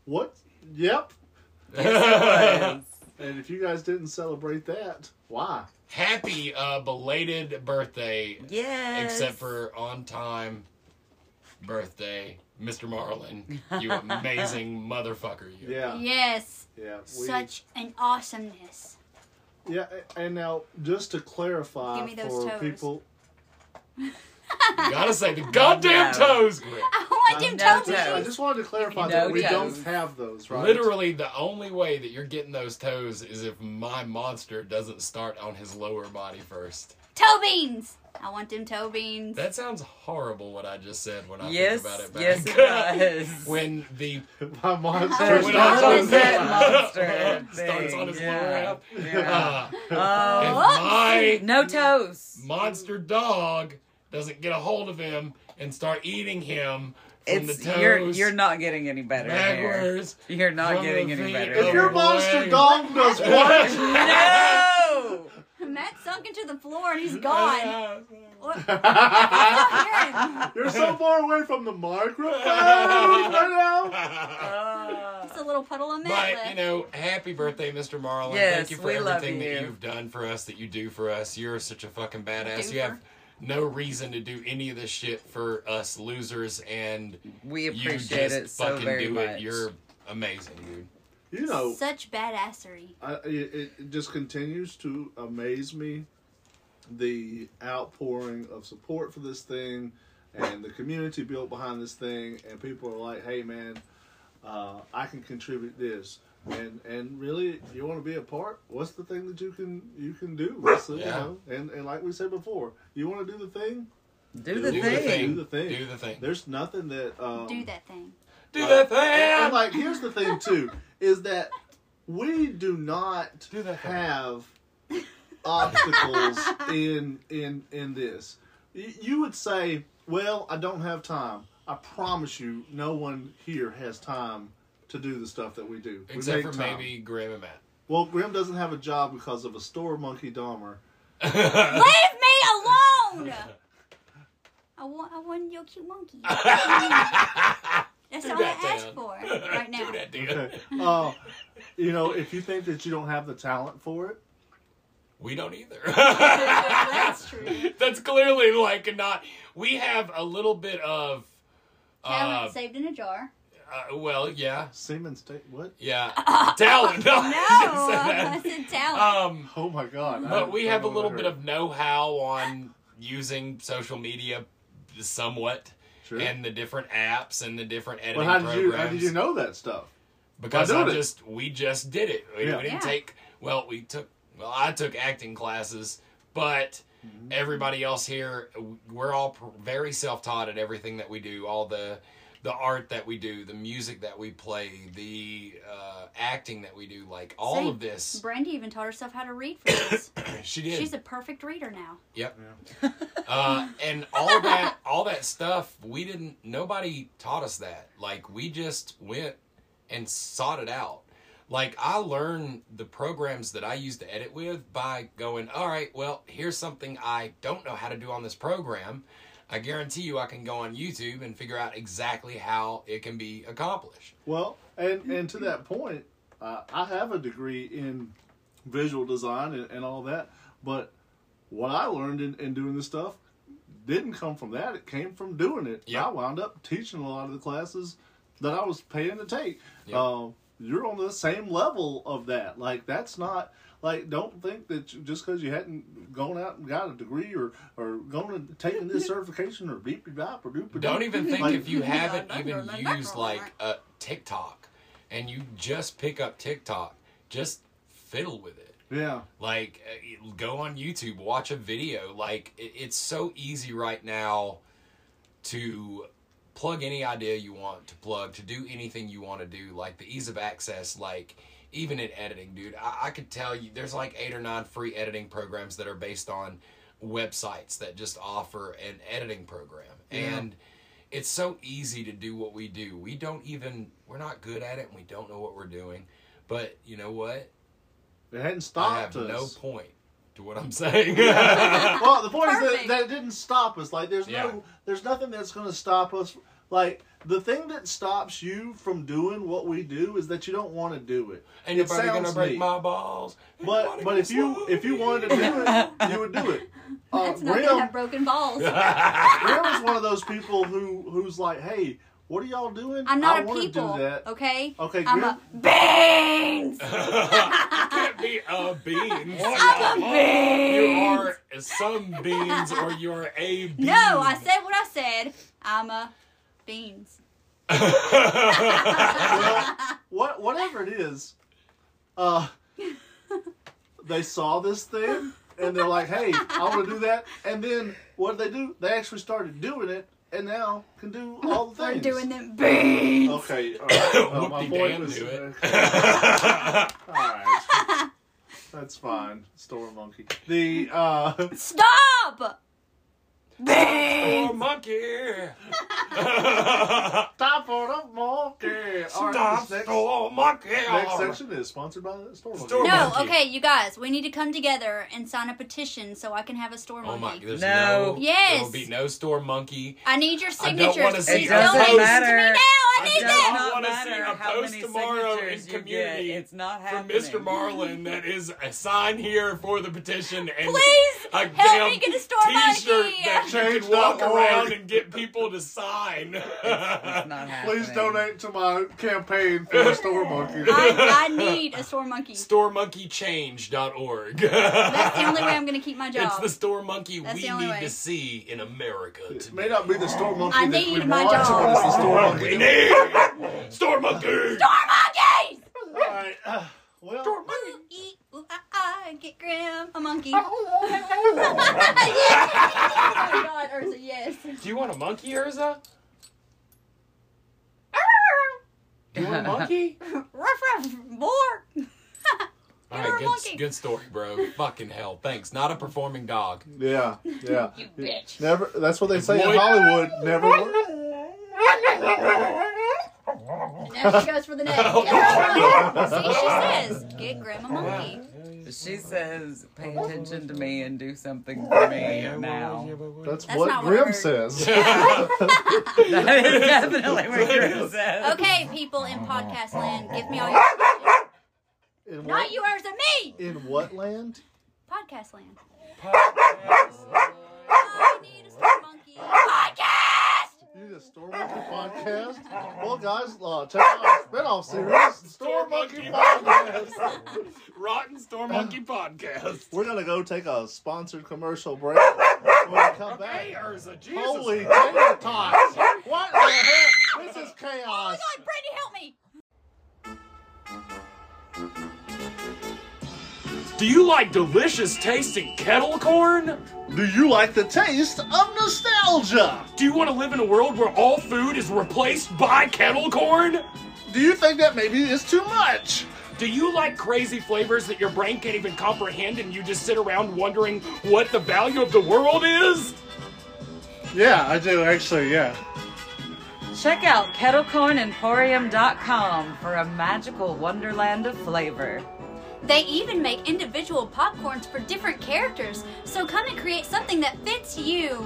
[SPEAKER 2] What? Yep.
[SPEAKER 1] Yes,
[SPEAKER 2] And if you guys didn't celebrate that, why?
[SPEAKER 4] Happy uh, belated birthday,
[SPEAKER 1] it was. Yes.
[SPEAKER 4] except for on time birthday, Mr. Marlin. You amazing motherfucker! You.
[SPEAKER 2] Yeah.
[SPEAKER 3] Yes.
[SPEAKER 2] Yeah. we-
[SPEAKER 3] Such an awesomeness.
[SPEAKER 2] Yeah, and now just to clarify
[SPEAKER 3] Give me those
[SPEAKER 2] for
[SPEAKER 3] toes.
[SPEAKER 2] people,
[SPEAKER 4] You gotta say the goddamn
[SPEAKER 1] No.
[SPEAKER 4] toes. Greg.
[SPEAKER 3] I want them
[SPEAKER 1] No
[SPEAKER 3] toes.
[SPEAKER 2] Just- I
[SPEAKER 1] toes.
[SPEAKER 2] just wanted to clarify
[SPEAKER 1] No
[SPEAKER 2] that we
[SPEAKER 1] toes.
[SPEAKER 2] don't have those, right?
[SPEAKER 4] Literally, the only way that you're getting those toes is if my monster doesn't start on his lower body first.
[SPEAKER 3] Toe beans. I want them toe beans.
[SPEAKER 4] That sounds horrible. What I just said when I
[SPEAKER 1] Yes,
[SPEAKER 4] think about it. Back.
[SPEAKER 1] yes, it does.
[SPEAKER 4] when the
[SPEAKER 2] My monster.
[SPEAKER 1] There's
[SPEAKER 4] when
[SPEAKER 1] not
[SPEAKER 4] I
[SPEAKER 1] a that monster
[SPEAKER 4] starts on
[SPEAKER 1] thing,
[SPEAKER 4] his lower
[SPEAKER 1] yeah.
[SPEAKER 4] half,
[SPEAKER 1] Yeah.
[SPEAKER 4] uh, if
[SPEAKER 1] Oh,
[SPEAKER 4] my
[SPEAKER 1] no toes.
[SPEAKER 4] monster dog doesn't get a hold of him and start eating him from
[SPEAKER 1] It's
[SPEAKER 4] the toes
[SPEAKER 1] you're you're not getting any better here.
[SPEAKER 4] backwards.
[SPEAKER 1] You're not
[SPEAKER 4] From
[SPEAKER 1] getting
[SPEAKER 4] the
[SPEAKER 1] any
[SPEAKER 4] feet
[SPEAKER 1] better.
[SPEAKER 4] up.
[SPEAKER 2] if
[SPEAKER 1] here.
[SPEAKER 2] your
[SPEAKER 4] you're-
[SPEAKER 2] monster dog does what?
[SPEAKER 1] no.
[SPEAKER 3] Matt sunk into the floor and he's gone. What? Aaron,
[SPEAKER 2] You're so far away from the microphone right now.
[SPEAKER 1] Uh,
[SPEAKER 3] It's a little puddle of Matt
[SPEAKER 4] But you
[SPEAKER 3] left.
[SPEAKER 4] know, happy birthday, Mr. Marlin. Thank
[SPEAKER 1] Yes,
[SPEAKER 4] you for
[SPEAKER 1] we love
[SPEAKER 4] everything that
[SPEAKER 1] you.
[SPEAKER 4] you've done for us, that you do for us. You're such a fucking badass.
[SPEAKER 3] Doofer.
[SPEAKER 4] You have no reason to do any of this shit for us losers, and
[SPEAKER 1] we
[SPEAKER 4] you
[SPEAKER 1] appreciate
[SPEAKER 4] just
[SPEAKER 1] it so
[SPEAKER 4] fucking
[SPEAKER 1] very
[SPEAKER 4] do
[SPEAKER 1] much.
[SPEAKER 4] it. You're amazing, dude.
[SPEAKER 2] You know,
[SPEAKER 3] Such badassery.
[SPEAKER 2] I, it, it just continues to amaze me the outpouring of support for this thing and the community built behind this thing and people are like hey man uh, i can contribute this and and really you want to be a part what's the thing that you can you can do What's the- you
[SPEAKER 4] Yeah.
[SPEAKER 2] know? and and like we said before you want to do the thing
[SPEAKER 1] do the
[SPEAKER 4] do
[SPEAKER 1] thing.
[SPEAKER 4] the thing.
[SPEAKER 2] do the thing
[SPEAKER 4] Do the thing.
[SPEAKER 2] there's nothing that um,
[SPEAKER 3] Do that thing.
[SPEAKER 4] Do
[SPEAKER 2] and,
[SPEAKER 4] that
[SPEAKER 2] and,
[SPEAKER 4] thing.
[SPEAKER 2] like, here's the thing too, is that we do not
[SPEAKER 4] Do that thing.
[SPEAKER 2] have obstacles in in in this. Y- You would say, "Well, I don't have time." I promise you, no one here has time to do the stuff that we do. We
[SPEAKER 4] Except
[SPEAKER 2] make
[SPEAKER 4] for
[SPEAKER 2] time.
[SPEAKER 4] maybe Graham and Matt.
[SPEAKER 2] Well, Grim doesn't have a job because of a store monkey Dahmer.
[SPEAKER 3] Leave me alone! I want, I want your cute monkey. That's all I
[SPEAKER 4] that
[SPEAKER 3] ask
[SPEAKER 4] down.
[SPEAKER 3] for right now.
[SPEAKER 4] Do that, dude.
[SPEAKER 2] Okay. Uh, you know, if you think that you don't have the talent for it,
[SPEAKER 4] We don't either.
[SPEAKER 3] That's true.
[SPEAKER 4] That's clearly like not. We have a little bit of. Uh,
[SPEAKER 3] Talent saved in a jar.
[SPEAKER 4] uh, well, yeah,
[SPEAKER 2] Siemens State. What?
[SPEAKER 4] yeah. Talent. No,
[SPEAKER 3] No,
[SPEAKER 4] I
[SPEAKER 3] I
[SPEAKER 4] just said
[SPEAKER 3] said talent.
[SPEAKER 4] that. Um,
[SPEAKER 2] Oh my God! I
[SPEAKER 4] but
[SPEAKER 2] don't-
[SPEAKER 4] we
[SPEAKER 2] I
[SPEAKER 4] have a
[SPEAKER 2] don't know
[SPEAKER 4] little
[SPEAKER 2] what I
[SPEAKER 4] bit
[SPEAKER 2] heard.
[SPEAKER 4] of know-how on using social media, somewhat,
[SPEAKER 2] Sure.
[SPEAKER 4] and the different apps and the different editing
[SPEAKER 2] Well, how did
[SPEAKER 4] programs.
[SPEAKER 2] you how did you know that stuff?
[SPEAKER 4] Because
[SPEAKER 2] By
[SPEAKER 4] I
[SPEAKER 2] doing it.
[SPEAKER 4] just we just did it. We, we
[SPEAKER 2] Yeah.
[SPEAKER 4] didn't
[SPEAKER 3] Yeah.
[SPEAKER 4] take well, we took well, I took acting classes, but
[SPEAKER 2] Mm-hmm.
[SPEAKER 4] everybody else here we're all pr- very self-taught at everything that we do, all the the art that we do, the music that we play, the uh, acting that we do, like all
[SPEAKER 3] Same.
[SPEAKER 4] of this.
[SPEAKER 3] Brandy even taught herself how to read for this.
[SPEAKER 4] She did.
[SPEAKER 3] She's a perfect reader now.
[SPEAKER 4] Yep. uh, and all that, all that stuff, we didn't. Nobody taught us that. Like we just went and sought it out. Like I learn the programs that I use to edit with by going, all right, well, here's something I don't know how to do on this program. I guarantee you I can go on YouTube and figure out exactly how it can be accomplished.
[SPEAKER 2] Well, and and to that point, uh, I have a degree in visual design and, and all that, but what I learned in, in doing this stuff didn't come from that. It came from doing it.
[SPEAKER 4] Yeah.
[SPEAKER 2] I wound up teaching a lot of the classes that I was paying to take.
[SPEAKER 4] Yeah.
[SPEAKER 2] Um, you're on the same level of that. Like that's not like don't think that you, just because you hadn't gone out and got a degree or or gone and taken this certification or beep beep bop or doop.
[SPEAKER 4] Don't even think
[SPEAKER 2] Like-
[SPEAKER 4] if you haven't
[SPEAKER 3] Yeah,
[SPEAKER 4] even
[SPEAKER 3] that's right.
[SPEAKER 4] used like a TikTok and you just pick up TikTok, just fiddle with it.
[SPEAKER 2] Yeah.
[SPEAKER 4] Like, uh, go on YouTube, watch a video. Like, it, it's so easy right now to plug any idea you want to plug, to do anything you want to do. Like, the ease of access, like, even in editing, dude, I, I could tell you there's like eight or nine free editing programs that are based on websites that just offer an editing program. And it's so easy to do what we do. We don't even, we're not good at it and we don't know what we're doing. But you know what?
[SPEAKER 2] It hadn't
[SPEAKER 4] I
[SPEAKER 2] stopped
[SPEAKER 4] have
[SPEAKER 2] us.
[SPEAKER 4] no point to what I'm saying.
[SPEAKER 2] well, the point is that,
[SPEAKER 3] Perfect.
[SPEAKER 2] that it didn't stop us. Like, there's
[SPEAKER 4] Yeah.
[SPEAKER 2] no, there's nothing that's going to stop us. Like, the thing that stops you from doing what we do is that you don't want to do it.
[SPEAKER 4] Ain't
[SPEAKER 2] It
[SPEAKER 4] nobody gonna
[SPEAKER 2] sounds
[SPEAKER 4] break
[SPEAKER 2] neat.
[SPEAKER 4] my balls. Ain't
[SPEAKER 2] But,
[SPEAKER 4] nobody
[SPEAKER 2] but
[SPEAKER 4] gonna
[SPEAKER 2] if you
[SPEAKER 4] swallow
[SPEAKER 2] if you
[SPEAKER 4] me.
[SPEAKER 2] wanted to do it, you would do it.
[SPEAKER 4] Oh,
[SPEAKER 2] Uh,
[SPEAKER 3] That's not
[SPEAKER 2] Grim-
[SPEAKER 3] gonna have broken balls.
[SPEAKER 2] Grim is one of those people who who's like, hey, what are y'all doing?
[SPEAKER 3] I'm not
[SPEAKER 2] I
[SPEAKER 3] a
[SPEAKER 2] wanna
[SPEAKER 3] people.
[SPEAKER 2] Do that.
[SPEAKER 3] Okay.
[SPEAKER 2] Okay,
[SPEAKER 3] I'm
[SPEAKER 2] Grim.
[SPEAKER 3] a beans.
[SPEAKER 4] can't be a bean. I'm a You are some beans or you're a bean.
[SPEAKER 3] No, I said what I said. I'm a beans.
[SPEAKER 2] well, what whatever it is, uh, they saw this thing and they're like, "Hey, I want to do that." And then what did they do? They actually started doing it, and now can do all the
[SPEAKER 3] We're
[SPEAKER 2] things.
[SPEAKER 3] doing them beans.
[SPEAKER 4] Oh.
[SPEAKER 2] Okay, all right. Uh, my
[SPEAKER 4] Whoopty
[SPEAKER 2] boy
[SPEAKER 4] damn
[SPEAKER 2] was- uh,
[SPEAKER 4] do it.
[SPEAKER 2] all right. That's fine, storm monkey. The uh,
[SPEAKER 3] Stop. Beans.
[SPEAKER 4] Oh, monkey.
[SPEAKER 2] stop for the monkey. All right,
[SPEAKER 4] Stop,
[SPEAKER 2] this next,
[SPEAKER 4] oh, monkey.
[SPEAKER 2] next section is sponsored by the storm monkey.
[SPEAKER 4] Storm-
[SPEAKER 3] No,
[SPEAKER 4] monkey.
[SPEAKER 3] okay, you guys, we need to come together and sign a petition so I can have a store
[SPEAKER 4] Oh my,
[SPEAKER 3] monkey.
[SPEAKER 4] there's
[SPEAKER 1] No.
[SPEAKER 4] no.
[SPEAKER 3] Yes.
[SPEAKER 4] There will be no store monkey.
[SPEAKER 3] I need your
[SPEAKER 4] I don't
[SPEAKER 3] signatures.
[SPEAKER 4] wanna see
[SPEAKER 1] It
[SPEAKER 4] Your
[SPEAKER 1] doesn't
[SPEAKER 4] post.
[SPEAKER 1] matter.
[SPEAKER 3] to me now. I
[SPEAKER 1] It
[SPEAKER 3] need
[SPEAKER 1] does
[SPEAKER 3] that.
[SPEAKER 1] not
[SPEAKER 4] wanna see
[SPEAKER 1] matter
[SPEAKER 4] a
[SPEAKER 1] how
[SPEAKER 4] post
[SPEAKER 1] many
[SPEAKER 4] tomorrow
[SPEAKER 1] signatures
[SPEAKER 4] in
[SPEAKER 1] you get.
[SPEAKER 4] community
[SPEAKER 1] It's not
[SPEAKER 4] From
[SPEAKER 1] happening.
[SPEAKER 4] Mr. Marlin, that is a sign here for the petition and
[SPEAKER 3] Please
[SPEAKER 4] a
[SPEAKER 3] help
[SPEAKER 4] damn
[SPEAKER 3] me get a store
[SPEAKER 4] T-shirt
[SPEAKER 3] monkey.
[SPEAKER 4] that you
[SPEAKER 2] Change
[SPEAKER 4] can walk
[SPEAKER 2] dot org.
[SPEAKER 4] around and get people to sign.
[SPEAKER 1] It's not happening.
[SPEAKER 2] Please donate to my campaign for the storm monkey.
[SPEAKER 3] I, I need a store monkey.
[SPEAKER 4] StoreMonkeyChange.org.
[SPEAKER 3] That's the only way I'm going to keep my job.
[SPEAKER 4] It's the store monkey
[SPEAKER 3] That's
[SPEAKER 4] we
[SPEAKER 3] the only
[SPEAKER 4] need
[SPEAKER 3] way.
[SPEAKER 4] to see in America.
[SPEAKER 2] It
[SPEAKER 4] today.
[SPEAKER 2] may not be the storm monkey
[SPEAKER 3] I
[SPEAKER 2] that
[SPEAKER 3] need
[SPEAKER 2] we
[SPEAKER 3] my
[SPEAKER 2] want,
[SPEAKER 3] dog.
[SPEAKER 2] but it's the storm monkey.
[SPEAKER 4] We need store monkey.
[SPEAKER 3] Store monkeys!
[SPEAKER 2] All right. uh, well,
[SPEAKER 3] Ooh, ee, ooh, ah, ah, get Graham a monkey. Oh my god, Urza, yes.
[SPEAKER 4] Do you want a monkey, Urza? Do you want a monkey?
[SPEAKER 3] ruff, ruff, more.
[SPEAKER 4] All
[SPEAKER 3] You're
[SPEAKER 4] right,
[SPEAKER 3] a
[SPEAKER 4] good,
[SPEAKER 3] monkey.
[SPEAKER 4] good story, bro. Fucking hell. Thanks. Not a performing dog.
[SPEAKER 2] yeah, yeah.
[SPEAKER 3] You bitch.
[SPEAKER 2] Never. That's what they say
[SPEAKER 4] Boy.
[SPEAKER 2] in Hollywood. Never. work.
[SPEAKER 3] Now she goes for the next. See, she says, get Graham a monkey.
[SPEAKER 1] She says, pay attention to me and do something for me now.
[SPEAKER 2] That's,
[SPEAKER 3] That's
[SPEAKER 2] what
[SPEAKER 3] not what I
[SPEAKER 2] Grim
[SPEAKER 3] heard.
[SPEAKER 2] says.
[SPEAKER 1] That is definitely what Chris says.
[SPEAKER 3] Okay, people in podcast land, give me all your questions.
[SPEAKER 2] In
[SPEAKER 3] Not
[SPEAKER 2] what,
[SPEAKER 3] you, Urza, me!
[SPEAKER 2] in what land?
[SPEAKER 3] Podcast land. I need a store monkey. Podcast!
[SPEAKER 2] You need a Storm Monkey podcast? Well, guys, uh, check out our spinoff series, Storm Monkey Podcast.
[SPEAKER 4] Rotten Store Monkey Podcast.
[SPEAKER 2] We're gonna go take a sponsored commercial break. When we come
[SPEAKER 4] Hey,
[SPEAKER 2] back,
[SPEAKER 4] Urza, Jesus.
[SPEAKER 2] holy tater tots! What the heck? This is chaos.
[SPEAKER 3] Oh my god, Brittany, help me!
[SPEAKER 4] Do you like delicious tasting kettle corn?
[SPEAKER 2] Do you like the taste of nostalgia?
[SPEAKER 4] Do you want to live in a world where all food is replaced by kettle corn?
[SPEAKER 2] Do you think that maybe it's too much?
[SPEAKER 4] Do you like crazy flavors that your brain can't even comprehend and you just sit around wondering what the value of the world is?
[SPEAKER 2] Yeah, I do actually. Yeah.
[SPEAKER 1] Check out kettlecornemporium.com for a magical wonderland of flavor.
[SPEAKER 3] They even make individual popcorns for different characters, so come and create something that fits you.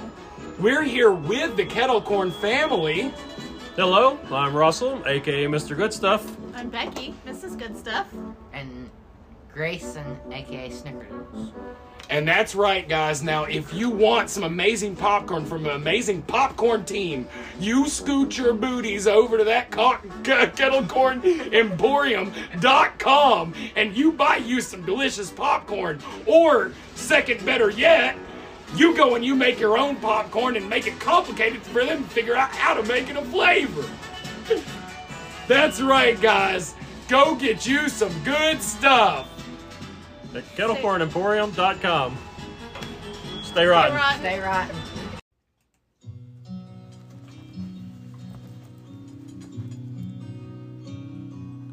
[SPEAKER 5] We're here with the kettle corn family.
[SPEAKER 6] Hello, I'm Russell, aka Mr. Good Stuff.
[SPEAKER 7] I'm Becky. This is good stuff.
[SPEAKER 8] and Grayson, aka Snickerdoodles.
[SPEAKER 5] And that's right, guys. Now, if you want some amazing popcorn from an amazing popcorn team, you scoot your booties over to that co- kettlecornemporium.com and you buy you some delicious popcorn. Or, second better yet, you go and you make your own popcorn and make it complicated for them to figure out how to make it a flavor. that's right, guys. Go get you some good stuff.
[SPEAKER 6] at kettlecornemporium.com. Stay rotten.
[SPEAKER 7] Rotten.
[SPEAKER 8] Stay rotten.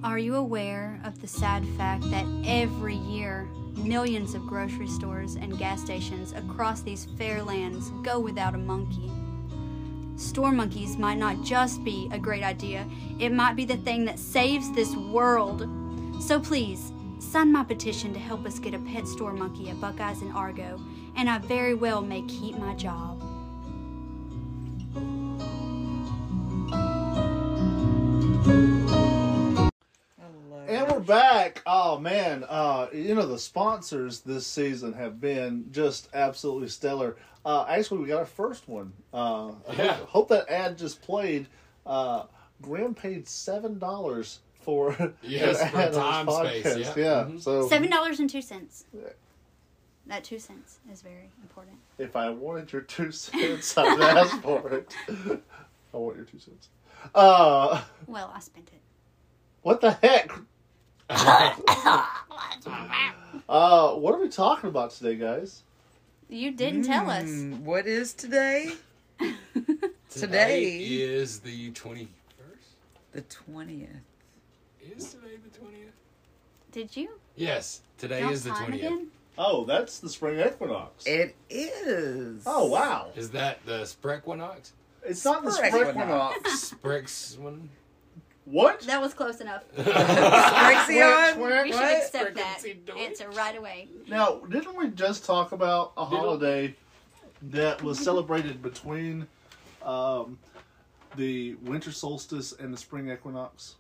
[SPEAKER 3] Are you aware of the sad fact that every year millions of grocery stores and gas stations across these fair lands go without a monkey? Store monkeys might not just be a great idea, it might be the thing that saves this world. So please, sign my petition to help us get a pet store monkey at Buckeyes and Argo, and I very well may keep my job.
[SPEAKER 2] And we're back. Oh man, uh, you know the sponsors this season have been just absolutely stellar. Uh, actually, we got our first one. Uh, I hope-
[SPEAKER 5] Yeah.
[SPEAKER 2] hope, that ad just played. Uh, Graham paid seven dollars for
[SPEAKER 5] Yes,
[SPEAKER 2] an
[SPEAKER 5] for
[SPEAKER 2] ad
[SPEAKER 5] time
[SPEAKER 2] on his
[SPEAKER 5] space,
[SPEAKER 2] podcast.
[SPEAKER 5] yeah.
[SPEAKER 2] Yeah. So
[SPEAKER 3] Seven dollars and two cents. That two cents is very important.
[SPEAKER 2] if I wanted your two cents, I'd ask for it. I want your two cents. Uh,
[SPEAKER 3] Well, I spent it.
[SPEAKER 2] what the heck? uh, what are we talking about today, guys?
[SPEAKER 3] You didn't tell us.
[SPEAKER 1] Mm, What is today?
[SPEAKER 5] Today
[SPEAKER 1] today,
[SPEAKER 5] is the 21st.
[SPEAKER 1] the 20th.
[SPEAKER 5] Is today the 20th?
[SPEAKER 3] Did you?
[SPEAKER 5] Yes, today
[SPEAKER 3] Count
[SPEAKER 5] is the
[SPEAKER 3] time
[SPEAKER 5] 20th.
[SPEAKER 3] again?
[SPEAKER 2] Oh, that's the spring equinox.
[SPEAKER 1] It is.
[SPEAKER 2] Oh wow!
[SPEAKER 5] Is that the Sprequinox?
[SPEAKER 2] It's not the
[SPEAKER 1] Spring
[SPEAKER 2] spring
[SPEAKER 1] equinox.
[SPEAKER 2] equinox.
[SPEAKER 5] Sprex one?
[SPEAKER 2] What?
[SPEAKER 3] That was close enough.
[SPEAKER 1] Sprexion?
[SPEAKER 2] Where- where-
[SPEAKER 3] We
[SPEAKER 1] What?
[SPEAKER 3] should accept that
[SPEAKER 5] Frequency doink.
[SPEAKER 3] answer right away.
[SPEAKER 2] Now, didn't we just talk about a holiday that was celebrated between um, the winter solstice and the spring equinox?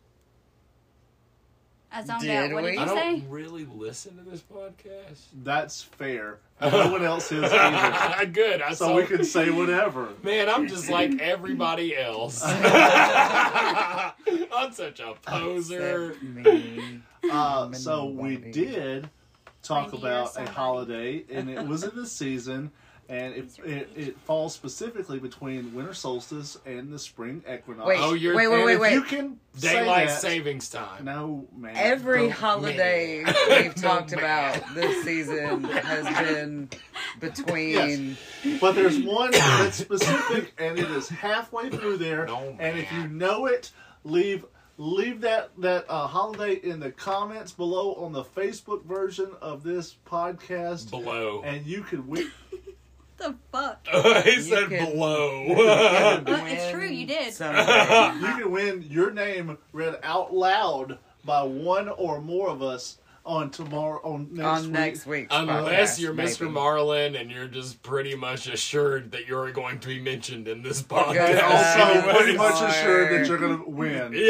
[SPEAKER 3] I zoned
[SPEAKER 1] Did
[SPEAKER 3] out. What
[SPEAKER 1] we?
[SPEAKER 3] did
[SPEAKER 5] I
[SPEAKER 3] you
[SPEAKER 5] don't
[SPEAKER 3] say?
[SPEAKER 5] really listen to this podcast.
[SPEAKER 2] That's fair. No one else is either,
[SPEAKER 5] Good. I
[SPEAKER 2] so
[SPEAKER 5] saw-
[SPEAKER 2] we can say whatever.
[SPEAKER 5] Man, I'm just like everybody else. I'm such a poser.
[SPEAKER 1] Except me.
[SPEAKER 2] Uh, so we
[SPEAKER 1] Minimum.
[SPEAKER 2] did talk
[SPEAKER 3] Reindeer
[SPEAKER 2] about a
[SPEAKER 3] somebody.
[SPEAKER 2] holiday, and it was in this season, and it, it it falls specifically between winter solstice and the spring equinox.
[SPEAKER 1] Wait,
[SPEAKER 5] Oh, you're
[SPEAKER 1] wait, wait, wait,
[SPEAKER 5] thin-
[SPEAKER 2] If you
[SPEAKER 1] wait.
[SPEAKER 2] can say
[SPEAKER 5] Daylight
[SPEAKER 2] that-
[SPEAKER 5] savings time.
[SPEAKER 2] No man.
[SPEAKER 1] Every
[SPEAKER 2] Don't-
[SPEAKER 1] holiday
[SPEAKER 5] man.
[SPEAKER 1] we've
[SPEAKER 5] Oh, Don't
[SPEAKER 1] talked
[SPEAKER 5] man.
[SPEAKER 1] about this season has been between.
[SPEAKER 2] But there's one that's specific, and it is halfway through there.
[SPEAKER 5] No,
[SPEAKER 2] and if you
[SPEAKER 5] man.
[SPEAKER 2] know it, leave leave that that uh, holiday in the comments below on the Facebook version of this podcast,
[SPEAKER 5] Below.
[SPEAKER 2] and you can win.
[SPEAKER 3] The fuck?
[SPEAKER 5] he
[SPEAKER 1] said can-
[SPEAKER 5] below.
[SPEAKER 3] Well, it's true, you did.
[SPEAKER 1] something.
[SPEAKER 2] You can win your name read out loud by one or more of us on tomorrow on next
[SPEAKER 1] on
[SPEAKER 2] week.
[SPEAKER 1] next week's
[SPEAKER 5] Unless
[SPEAKER 1] podcast,
[SPEAKER 5] you're
[SPEAKER 1] maybe.
[SPEAKER 5] Mr. Marlin and you're just pretty much assured that you're going to be mentioned in this
[SPEAKER 2] And
[SPEAKER 1] Yes.
[SPEAKER 5] podcast.
[SPEAKER 2] also,
[SPEAKER 1] Uh,
[SPEAKER 2] pretty much
[SPEAKER 1] sorry.
[SPEAKER 2] assured that you're gonna win.
[SPEAKER 5] Yeah.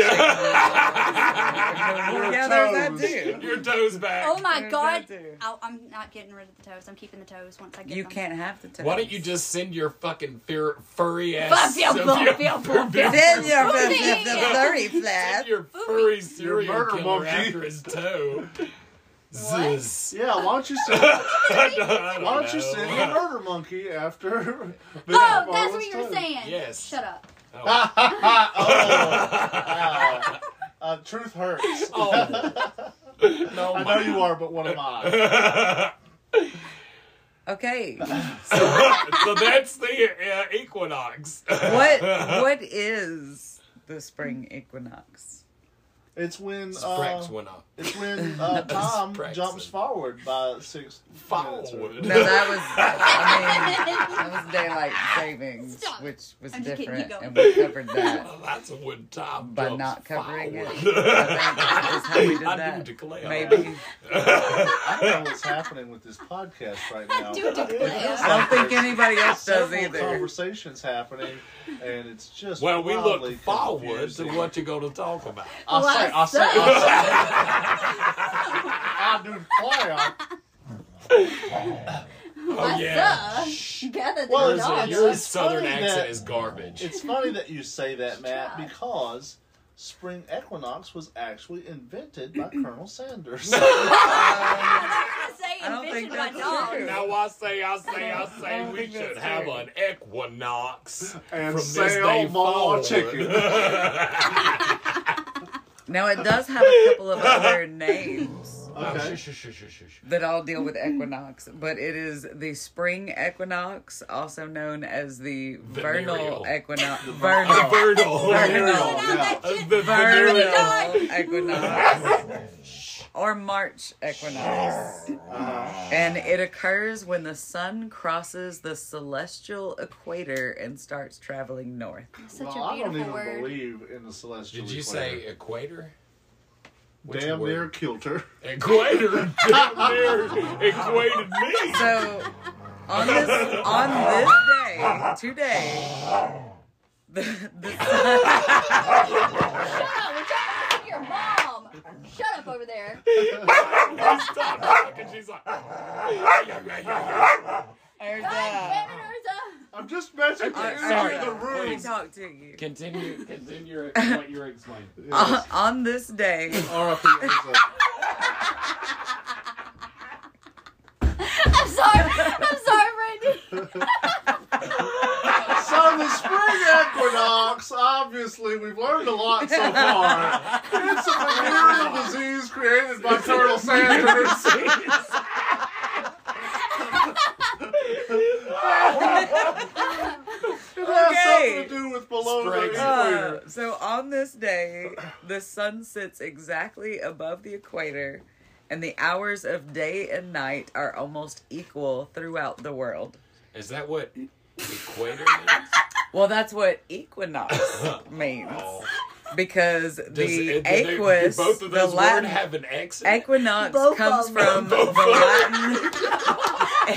[SPEAKER 1] Yeah, there's that
[SPEAKER 2] Toes.
[SPEAKER 1] too.
[SPEAKER 5] Your toes back.
[SPEAKER 3] Oh my
[SPEAKER 1] There's
[SPEAKER 3] god.
[SPEAKER 1] that too.
[SPEAKER 3] I'll, I'm not getting rid of the toes. I'm keeping the toes once I get
[SPEAKER 1] You
[SPEAKER 3] them.
[SPEAKER 1] can't have the toes.
[SPEAKER 5] Why don't you just send your fucking fur- furry ass?
[SPEAKER 3] Fuck you,
[SPEAKER 5] send
[SPEAKER 3] fuck
[SPEAKER 5] your-
[SPEAKER 3] you, fuck you.
[SPEAKER 1] Then
[SPEAKER 5] send
[SPEAKER 1] you're
[SPEAKER 3] Booty.
[SPEAKER 1] the, the furry flap.
[SPEAKER 5] your furry serial
[SPEAKER 2] murder
[SPEAKER 5] killer
[SPEAKER 2] monkey.
[SPEAKER 5] after his toe. Zzz.
[SPEAKER 2] Yeah, why don't you send
[SPEAKER 5] I don't- I
[SPEAKER 2] why don't you
[SPEAKER 5] know.
[SPEAKER 2] send your murder monkey after?
[SPEAKER 3] Oh, that's what you were saying.
[SPEAKER 5] Yes.
[SPEAKER 3] Shut up.
[SPEAKER 5] Oh.
[SPEAKER 2] Uh, truth hurts.
[SPEAKER 5] Oh. No,
[SPEAKER 2] I know
[SPEAKER 5] my-
[SPEAKER 2] you are, but what am I?
[SPEAKER 1] Okay.
[SPEAKER 5] so that's the uh, equinox.
[SPEAKER 1] What what is the spring equinox?
[SPEAKER 2] It's when
[SPEAKER 5] Sprex
[SPEAKER 2] uh,
[SPEAKER 5] went up.
[SPEAKER 2] it's when uh, Tom
[SPEAKER 5] Spraxton.
[SPEAKER 2] jumps forward by six minutes. or-
[SPEAKER 5] Forward.
[SPEAKER 1] No, that was I mean, that was daylight savings,
[SPEAKER 3] Stop.
[SPEAKER 1] which was
[SPEAKER 3] I'm just kidding, you
[SPEAKER 1] different,
[SPEAKER 3] go.
[SPEAKER 1] and we covered that.
[SPEAKER 5] Well, that's a wood top.
[SPEAKER 1] By
[SPEAKER 5] jumps
[SPEAKER 1] not covering it.
[SPEAKER 5] forward.
[SPEAKER 1] that is how we did
[SPEAKER 5] I
[SPEAKER 1] that.
[SPEAKER 5] do declare.
[SPEAKER 1] Maybe
[SPEAKER 2] I don't know what's happening with this podcast right now.
[SPEAKER 3] do declare.
[SPEAKER 1] I don't think anybody else does
[SPEAKER 2] Several
[SPEAKER 1] either.
[SPEAKER 2] conversations happening, and it's just
[SPEAKER 5] Well, we
[SPEAKER 2] wildly
[SPEAKER 5] look forward to
[SPEAKER 2] confusing.
[SPEAKER 5] what you're going to talk about.
[SPEAKER 2] I say, I say, I say, I do declare.
[SPEAKER 5] Oh, yeah.
[SPEAKER 3] Gather the
[SPEAKER 2] Well, it's-
[SPEAKER 3] dogs.
[SPEAKER 2] it's-
[SPEAKER 5] Your
[SPEAKER 2] It's
[SPEAKER 5] southern
[SPEAKER 2] funny
[SPEAKER 5] accent
[SPEAKER 2] that-
[SPEAKER 5] is garbage.
[SPEAKER 2] It's funny that you say that, Matt, because spring equinox was actually invented by Colonel Sanders.
[SPEAKER 3] I say
[SPEAKER 1] I don't think
[SPEAKER 3] envision my
[SPEAKER 1] that's
[SPEAKER 3] dog.
[SPEAKER 1] true.
[SPEAKER 5] Now I say, I say, I say,
[SPEAKER 1] don't
[SPEAKER 5] we
[SPEAKER 1] think that's
[SPEAKER 5] should have
[SPEAKER 1] true.
[SPEAKER 5] an equinox
[SPEAKER 2] And
[SPEAKER 5] from this
[SPEAKER 2] say,
[SPEAKER 5] day
[SPEAKER 2] "Oh, my
[SPEAKER 5] forward.
[SPEAKER 2] chicken.
[SPEAKER 1] Now it does have a couple of other names
[SPEAKER 5] Uh,
[SPEAKER 2] okay.
[SPEAKER 5] shh, shh, shh, shh, shh, shh.
[SPEAKER 1] that all deal with equinox, but it is the spring equinox, also known as the
[SPEAKER 5] Venereal.
[SPEAKER 1] vernal equinox.
[SPEAKER 5] A
[SPEAKER 1] Vernal.
[SPEAKER 5] Virgil.
[SPEAKER 1] Vernal.
[SPEAKER 2] Yeah.
[SPEAKER 5] A v- venereal.
[SPEAKER 1] Vernal equinox or March equinox. And it occurs when the sun crosses the celestial equator and starts traveling north.
[SPEAKER 3] Such
[SPEAKER 2] Well,
[SPEAKER 3] a
[SPEAKER 2] I don't
[SPEAKER 3] beautiful
[SPEAKER 2] even
[SPEAKER 3] word.
[SPEAKER 2] believe in the celestial.
[SPEAKER 5] Did you
[SPEAKER 2] equator.
[SPEAKER 5] say equator? Which
[SPEAKER 2] damn
[SPEAKER 5] word?
[SPEAKER 2] near kilter?
[SPEAKER 5] Equator. Damn near equated me.
[SPEAKER 1] So on this on this day, today, the, the sun,
[SPEAKER 3] Shut up! We're trying to listen to your mom. Shut up over there.
[SPEAKER 5] Stop talking. She's like.
[SPEAKER 1] there's a,
[SPEAKER 3] God damn it,
[SPEAKER 2] I'm just mentioning
[SPEAKER 3] Uh,
[SPEAKER 1] I-
[SPEAKER 5] Sorry,
[SPEAKER 1] I-
[SPEAKER 5] the
[SPEAKER 1] let me
[SPEAKER 5] rules.
[SPEAKER 1] talk to you.
[SPEAKER 4] Continue, continue what you're explaining.
[SPEAKER 1] On, on this day,
[SPEAKER 2] R.I.P. Enzo.
[SPEAKER 3] Urza. I'm sorry. I'm sorry, Brandy.
[SPEAKER 2] So the spring equinox, obviously, we've learned a lot so far. It's a venereal disease created by Colonel Sanders. It has something to do with below the
[SPEAKER 5] Spring.
[SPEAKER 2] equator.
[SPEAKER 1] Uh, so on this day, the sun sits exactly above the equator, and the hours of day and night are almost equal throughout the world.
[SPEAKER 5] Is that what equator means?
[SPEAKER 1] Well, that's what equinox means because
[SPEAKER 5] Does
[SPEAKER 1] the
[SPEAKER 5] it- do they- do
[SPEAKER 1] equus,
[SPEAKER 5] both of
[SPEAKER 1] the
[SPEAKER 5] those
[SPEAKER 1] Latin
[SPEAKER 5] words have an X. in it?
[SPEAKER 1] equinox
[SPEAKER 3] Both
[SPEAKER 1] comes
[SPEAKER 3] of them.
[SPEAKER 1] from the Latin.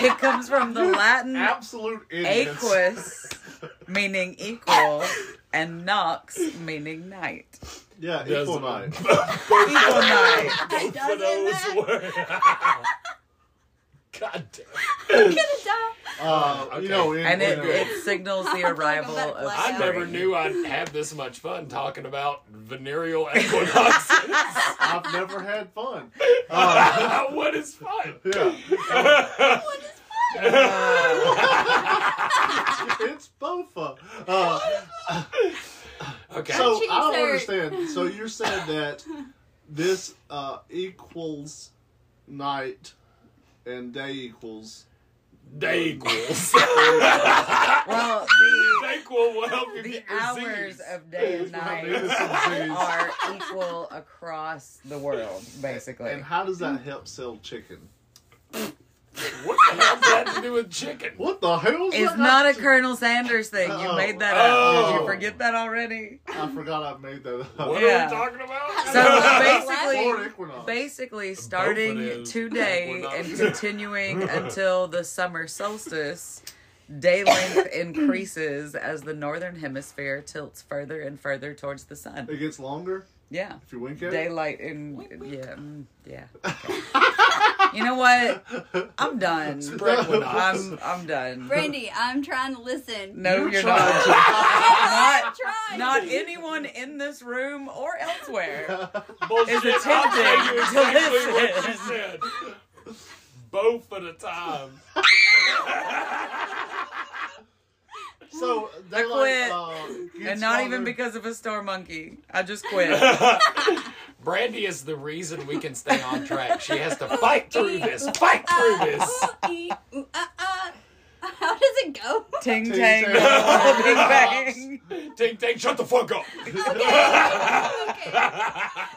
[SPEAKER 1] it comes from the Latin
[SPEAKER 2] Absolute idiots.
[SPEAKER 1] equus, meaning equal, and nox, meaning night.
[SPEAKER 2] Yeah,
[SPEAKER 5] Does-
[SPEAKER 2] equal night.
[SPEAKER 1] Equal night.
[SPEAKER 5] Both of those words. God damn.
[SPEAKER 3] I'm gonna die.
[SPEAKER 2] Uh,
[SPEAKER 5] Okay.
[SPEAKER 2] You know, in,
[SPEAKER 1] and it,
[SPEAKER 2] in a-
[SPEAKER 1] it signals the arrival
[SPEAKER 3] Like a
[SPEAKER 1] of.
[SPEAKER 3] butterfly.
[SPEAKER 5] I never
[SPEAKER 1] spring.
[SPEAKER 5] knew I'd have this much fun talking about venereal equinoxes.
[SPEAKER 2] I've never had fun. Uh,
[SPEAKER 5] what is fun?
[SPEAKER 2] Yeah, it's bofa. Uh,
[SPEAKER 5] Okay.
[SPEAKER 2] So
[SPEAKER 3] Cheese
[SPEAKER 2] I
[SPEAKER 3] there.
[SPEAKER 2] don't understand. So you're saying that this uh, equals night and day equals.
[SPEAKER 5] day equals.
[SPEAKER 1] Well, the
[SPEAKER 5] day equal will help you
[SPEAKER 1] the
[SPEAKER 5] get your
[SPEAKER 1] hours
[SPEAKER 5] Z's.
[SPEAKER 1] of day and
[SPEAKER 2] I knew this
[SPEAKER 1] night
[SPEAKER 2] was Z's.
[SPEAKER 1] are equal across the world, basically.
[SPEAKER 2] And how does
[SPEAKER 1] Mm.
[SPEAKER 2] that help sell chicken?
[SPEAKER 5] What the hell does that have to do with chicken?
[SPEAKER 2] What the hell? is
[SPEAKER 1] It's
[SPEAKER 2] that?
[SPEAKER 1] not a Colonel Sanders thing. You
[SPEAKER 2] Oh.
[SPEAKER 1] made that up. Did you
[SPEAKER 2] Oh.
[SPEAKER 1] forget that already?
[SPEAKER 2] I forgot I made that
[SPEAKER 5] What
[SPEAKER 2] up.
[SPEAKER 1] Yeah.
[SPEAKER 5] are we talking about?
[SPEAKER 1] So
[SPEAKER 2] Or
[SPEAKER 1] basically,
[SPEAKER 2] equinox.
[SPEAKER 1] basically
[SPEAKER 5] Both of
[SPEAKER 1] starting
[SPEAKER 5] them.
[SPEAKER 1] today and
[SPEAKER 5] Equinox.
[SPEAKER 1] continuing until the summer solstice, day length increases as the northern hemisphere tilts further and further towards the sun.
[SPEAKER 2] it gets longer
[SPEAKER 1] Yeah.
[SPEAKER 2] if you wink at it.
[SPEAKER 1] Daylight and yeah, mm, yeah. okay. you know what? I'm done. I'm I'm done.
[SPEAKER 3] Brandy, I'm trying to listen.
[SPEAKER 1] No, you're, not.
[SPEAKER 3] I'm
[SPEAKER 1] not.
[SPEAKER 3] trying.
[SPEAKER 1] Not anyone in this room or elsewhere
[SPEAKER 5] Bullshit.
[SPEAKER 1] is attempting
[SPEAKER 5] I'll tell
[SPEAKER 1] to
[SPEAKER 5] you exactly what you
[SPEAKER 1] listen.
[SPEAKER 5] said. Both at a time.
[SPEAKER 2] So
[SPEAKER 1] quit.
[SPEAKER 2] daylight uh, gets
[SPEAKER 1] And not even
[SPEAKER 2] longer.
[SPEAKER 1] because of a store monkey. I just quit.
[SPEAKER 5] Brandy is the reason we can stay on track. She has to fight through this. Fight through this.
[SPEAKER 3] Ooh, ee, ooh, uh, uh. How does it go?
[SPEAKER 1] Ting
[SPEAKER 2] Ting
[SPEAKER 1] tang,
[SPEAKER 2] tang.
[SPEAKER 1] bada bing bang.
[SPEAKER 5] Ting Ting, shut the fuck up.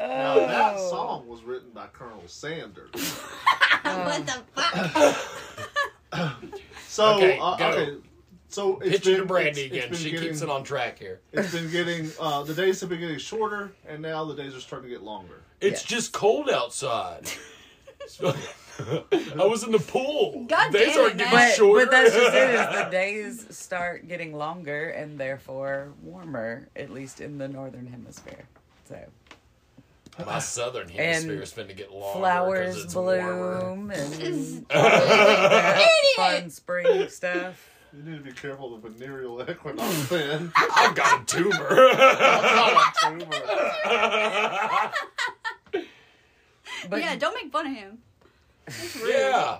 [SPEAKER 3] Okay. okay.
[SPEAKER 1] Oh.
[SPEAKER 2] was Sanders.
[SPEAKER 3] what the fuck?
[SPEAKER 2] So
[SPEAKER 5] Okay,
[SPEAKER 2] uh,
[SPEAKER 5] go.
[SPEAKER 2] okay, so it's
[SPEAKER 5] Pitching
[SPEAKER 2] been
[SPEAKER 5] to Brandy
[SPEAKER 2] it's- it's
[SPEAKER 5] again.
[SPEAKER 2] been
[SPEAKER 5] She
[SPEAKER 2] getting-
[SPEAKER 5] keeps it on track here.
[SPEAKER 2] It's been getting uh, the days have been getting shorter, and now the days are starting to get longer.
[SPEAKER 5] It's just cold outside. I was in the pool.
[SPEAKER 3] God
[SPEAKER 5] Days
[SPEAKER 3] damn it,
[SPEAKER 5] aren't getting
[SPEAKER 3] Matt.
[SPEAKER 1] But,
[SPEAKER 5] shorter.
[SPEAKER 1] but that's just it. Is the days start getting longer and therefore warmer, at least in the northern hemisphere. So
[SPEAKER 5] My southern
[SPEAKER 1] And
[SPEAKER 5] hemisphere is going to get longer. 'cause
[SPEAKER 1] flowers
[SPEAKER 5] it's
[SPEAKER 1] bloom
[SPEAKER 5] warmer.
[SPEAKER 1] and
[SPEAKER 3] Idiot.
[SPEAKER 1] fun spring stuff.
[SPEAKER 2] You need to be careful of the venereal equinox, man.
[SPEAKER 5] I've got a tumor.
[SPEAKER 2] Tumor.
[SPEAKER 1] But
[SPEAKER 3] yeah, don't make fun of him.
[SPEAKER 5] yeah.